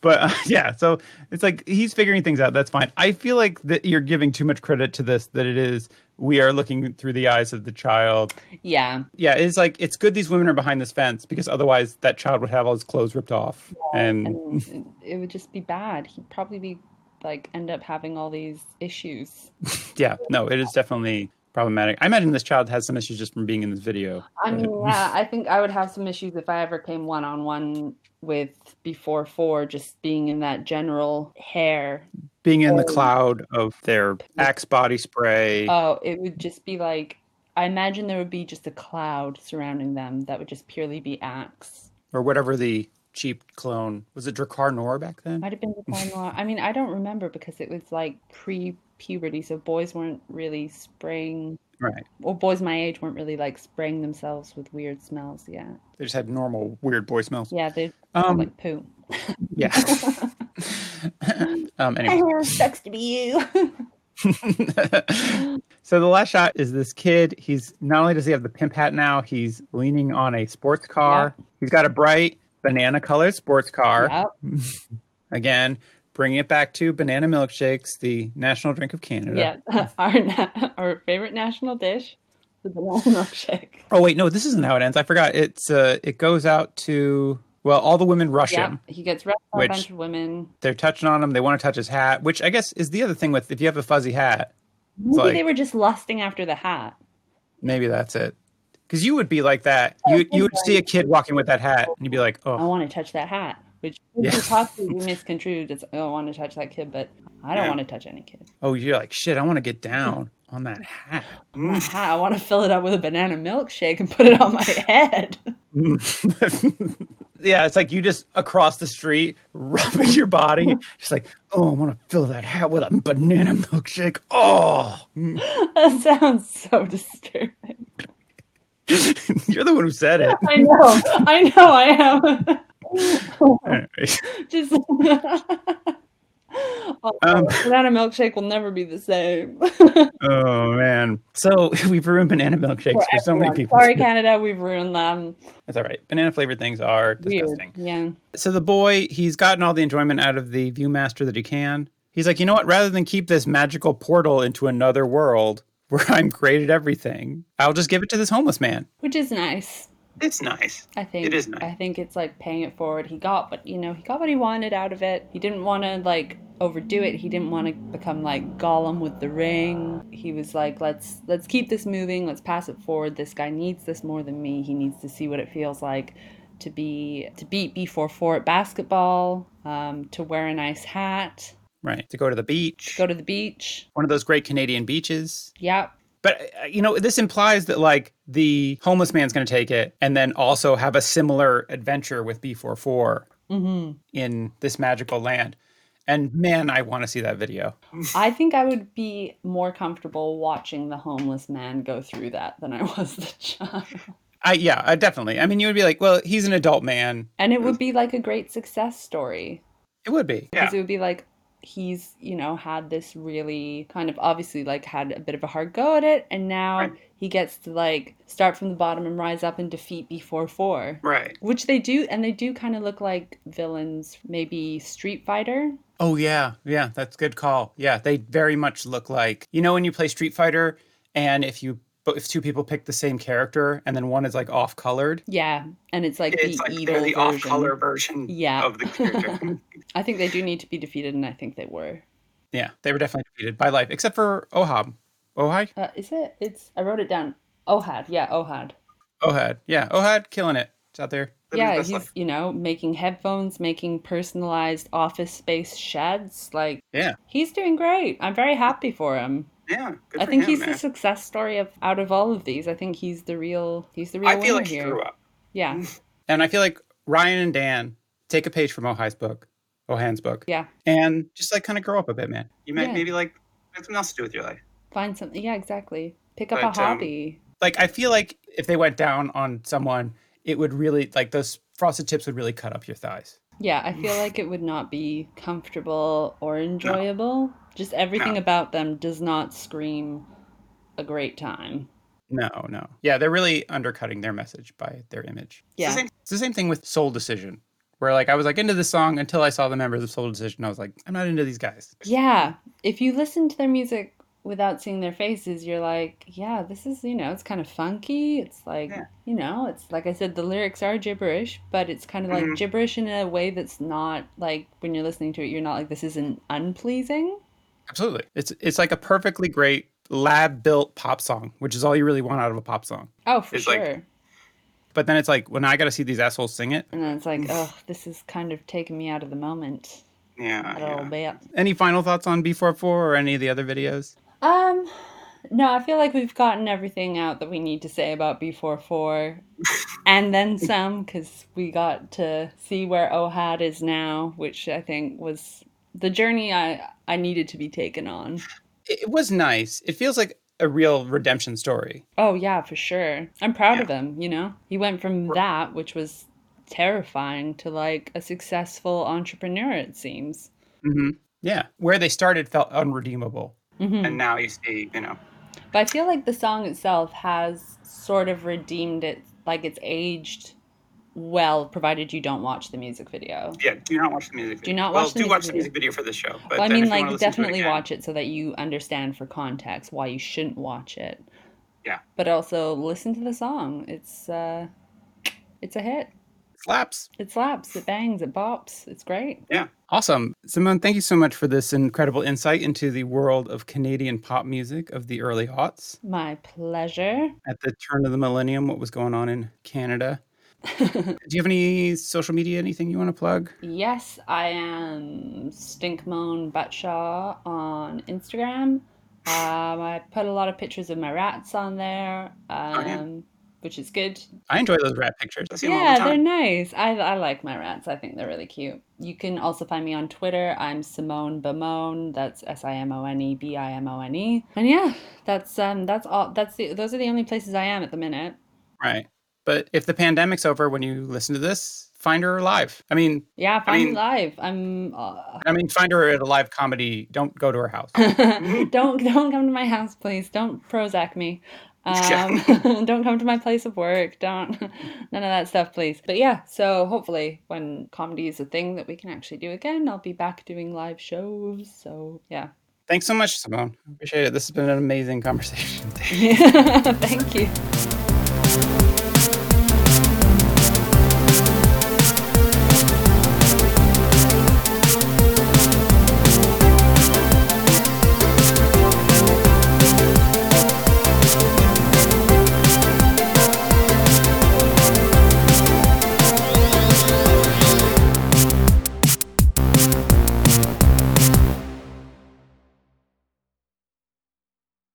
A: but uh, yeah so it's like he's figuring things out that's fine i feel like that you're giving too much credit to this that it is we are looking through the eyes of the child
B: yeah.
A: yeah it's like it's good these women are behind this fence because otherwise that child would have all his clothes ripped off and
B: And it would just be bad. He'd probably be like, end up having all these issues.
A: yeah no it is definitely problematic i imagine this child has some issues just from being in this video
B: I mean, yeah, I think I would have some issues if I ever came one on one with before four, just being in that general hair
A: being in the
B: Oh.
A: cloud of their axe body spray.
B: Oh, it would just be like I imagine there would be just a cloud surrounding them that would just purely be axe.
A: or whatever the cheap clone was it Dracar Nor back then?
B: Might have been the time law. I mean, I don't remember because it was like pre-puberty, so boys weren't really spraying,
A: Right.
B: or boys my age weren't really like spraying themselves with weird smells. Yeah,
A: They just had normal weird boy smells.
B: yeah, they smelled
A: Um
B: like poo.
A: yeah. um anyway.
B: It sucks to be you.
A: so the last shot is this kid. He's not only does he have the pimp hat now, he's leaning on a sports car. He's got a bright banana colored sports car.
B: Yep.
A: Again, bringing it back to banana milkshakes, the national drink of Canada.
B: Yeah, our na- our favorite national dish, the banana milkshake.
A: Oh wait, no, this isn't how it ends. I forgot. It's uh, it goes out to well, all the women rush
B: Yeah,
A: him.
B: he gets rushed by a
A: Which-
B: bunch of women.
A: They're touching on him. They want to touch his hat, which I guess is the other thing with if you have a fuzzy hat,
B: Maybe they
A: like-
B: were just lusting after the hat.
A: maybe that's it. Because you would be like that. You you would see a kid walking with that hat, and you'd be like,
B: I
A: oh,
B: want to touch that hat, which
A: Yeah.
B: is possibly misconstrued. It's, oh, I want to touch that kid, but I don't
A: Yeah.
B: want to touch any kid.
A: oh, you're like shit. I want to get down on that hat.
B: My hat, I want to fill it up with a banana milkshake and put it on my head.
A: yeah, it's like you just across the street rubbing your body, just like oh, I want to fill that hat with a banana milkshake. Oh.
B: that sounds so disturbing.
A: You're the one who said it.
B: I know, I know, I am.
A: Anyway.
B: just Oh,
A: Um,
B: banana milkshake will never be the same.
A: oh man. So we've ruined banana milkshakes for so many people.
B: Sorry, Canada, we've ruined them.
A: That's all right. Banana flavored things are
B: Weird.
A: disgusting.
B: Yeah.
A: So the boy, he's gotten all the enjoyment out of the Viewmaster that he can. He's like, you know what? Rather than keep this magical portal into another world where I'm great at everything, I'll just give it to this homeless man.
B: Which is nice.
A: It's nice.
B: I think
A: is nice.
B: I think it's like paying it forward. He got what you know, he got what he wanted out of it. He didn't want to like overdo it. He didn't want to become like Gollum with the ring. He was like, let's let's keep this moving. Let's pass it forward. This guy needs this more than me. He needs to see what it feels like to be to beat B44 at basketball, um, to wear a nice hat,
A: Right. To go to the beach,
B: go to the beach.
A: one of those great Canadian beaches.
B: Yep.
A: But, uh, you know, this implies that, like, the homeless man's going to take it and then also have a similar adventure with B44
B: Mm-hmm.
A: in this magical land. And man, I want to see that video.
B: I think I would be more comfortable watching the homeless man go through that than I was the child.
A: I, yeah, I definitely. I mean, you would be like, well, he's an adult man.
B: And it would be like a great success story
A: It would be.
B: because it would be like he's, you know, had this really kind of obviously like had a bit of a hard go at it and now
A: Right.
B: he gets to like start from the bottom and rise up and defeat B44.
A: Right.
B: Which they do and they do kind of look like villains maybe Street Fighter.
A: Oh yeah, yeah, that's a good call. Yeah, they very much look like you know when you play Street Fighter, and if you but if two people pick the same character and then one is like off colored,
B: Yeah, and it's like
C: it's
B: the
C: like
B: evil
C: they're the
B: version.
C: off-color version
B: Yeah.
C: of the character.
B: I think they do need to be defeated and I think they were.
A: yeah, they were definitely defeated by life, except for Ohab. Ohai?
B: Uh, is it? It's I wrote it down. Ohad. Yeah, Ohad.
A: Ohad. Yeah, Ohad killing it. It's out there.
C: Living
B: yeah,
C: his best
B: he's
C: life.
B: you know making headphones, making personalized office space sheds. Like
A: Yeah.
B: he's doing great. I'm very happy for him.
C: yeah. Good
B: I
C: for
B: think
C: him,
B: he's
C: man.
B: the success story of out of all of these. I think he's the real he's the real
C: I
B: winner
C: feel like he
B: here.
C: grew up.
B: Yeah,
A: And I feel like Ryan and Dan take a page from Ohai's book, Ohan's book,
B: yeah.
A: and just like kind of grow up a bit, man.
C: You might
B: Yeah.
C: maybe like have something else to do with your life.
B: Find something. Yeah, exactly. Pick up
C: But,
B: a
C: um,
B: hobby.
A: Like I feel like if they went down on someone, it would really like those frosted tips would really cut up your thighs.
B: yeah, I feel like it would not be comfortable or enjoyable. Just everything
C: No.
B: about them does not scream a great time.
A: No, no. Yeah, they're really undercutting their message by their image.
C: It's the
B: Yeah.
C: same-
A: It's the same thing with Soul Decision, where like I was like into the song until I saw the members of Soul Decision. I was like, I'm not into these guys.
B: Yeah. If you listen to their music without seeing their faces, you're like, yeah, this is, you know, it's kind of funky. It's like,
C: Yeah.
B: you know, it's like I said, the lyrics are gibberish, but it's kind of like
C: Mhm.
B: gibberish in a way that's not like when you're listening to it, you're not like, this isn't unpleasing.
A: Absolutely. It's it's like a perfectly great lab built pop song, which is all you really want out of a pop song.
B: Oh, for
C: It's
B: sure.
C: like-
A: But then it's like when I got to see these assholes sing it.
B: and then it's
C: mm.
B: like, oh, this is kind of taking me out of the moment
C: yeah.
B: a little
C: Uh, yeah.
B: bit.
A: Any final thoughts on B44 or any of the other videos?
B: Um, no, I feel like we've gotten everything out that we need to say about B44 and then some because we got to see where Ohad is now, which I think was the journey I, I needed to be taken on.
A: It, it was nice. It feels like a real redemption story.
B: Oh, yeah, for sure. I'm proud
C: Yeah.
B: of him, you know? He went from that, which was terrifying, to like a successful entrepreneur, it seems.
A: Mm-hmm. Yeah, where they started felt unredeemable.
B: hmm
C: And now you see, you know,
B: But I feel like the song itself has sort of redeemed it, like it's aged well, provided you don't watch the music video.
C: yeah. Do not watch the music. video.
B: not
C: well,
B: watch the
C: do
B: music
C: watch the
B: video.
C: music video for this show. But
B: Well, I
C: then
B: mean,
C: if you wanna listen
B: like,
C: to it
B: definitely
C: again-
B: watch it so that you understand for context why you shouldn't watch it.
C: Yeah.
B: But also listen to the song. It's uh, it's a hit.
A: Slaps.
B: It slaps. It bangs. It bops. It's great.
A: Awesome. Simone, thank you so much for this incredible insight into the world of Canadian pop music of the early aughts.
B: My pleasure.
A: At the turn of the millennium, what was going on in Canada? Do you have any social media, anything you want to plug?
B: Yes, I am Stinkmoan Butshaw on Instagram. Um, I put a lot of pictures of my rats on there, um,
C: Oh, yeah.
B: which is good.
A: I enjoy those rat pictures.
C: I see them all the
B: Yeah, they're
C: time.
B: nice. I, I like my rats. I think they're really cute. You can also find me on Twitter. I'm Simone Bimone. That's S I M O N E B I M O N E. And yeah, that's um, that's all. That's the those are the only places I am at the minute.
A: Right. But if the pandemic's over when you listen to this, find her live. I mean,
B: Yeah, find me
C: mean-
B: live. I'm. Uh...
A: I mean, find her at a live comedy. Don't go to her house.
B: don't don't come to my house, please. Don't Prozac me.
C: Yeah.
B: Um, don't come to my place of work. Don't none of that stuff, please. But yeah, so hopefully when comedy is a thing that we can actually do again, I'll be back doing live shows. So yeah,
A: Thanks so much, Simone. Appreciate it. This has been an amazing conversation.
B: thank you.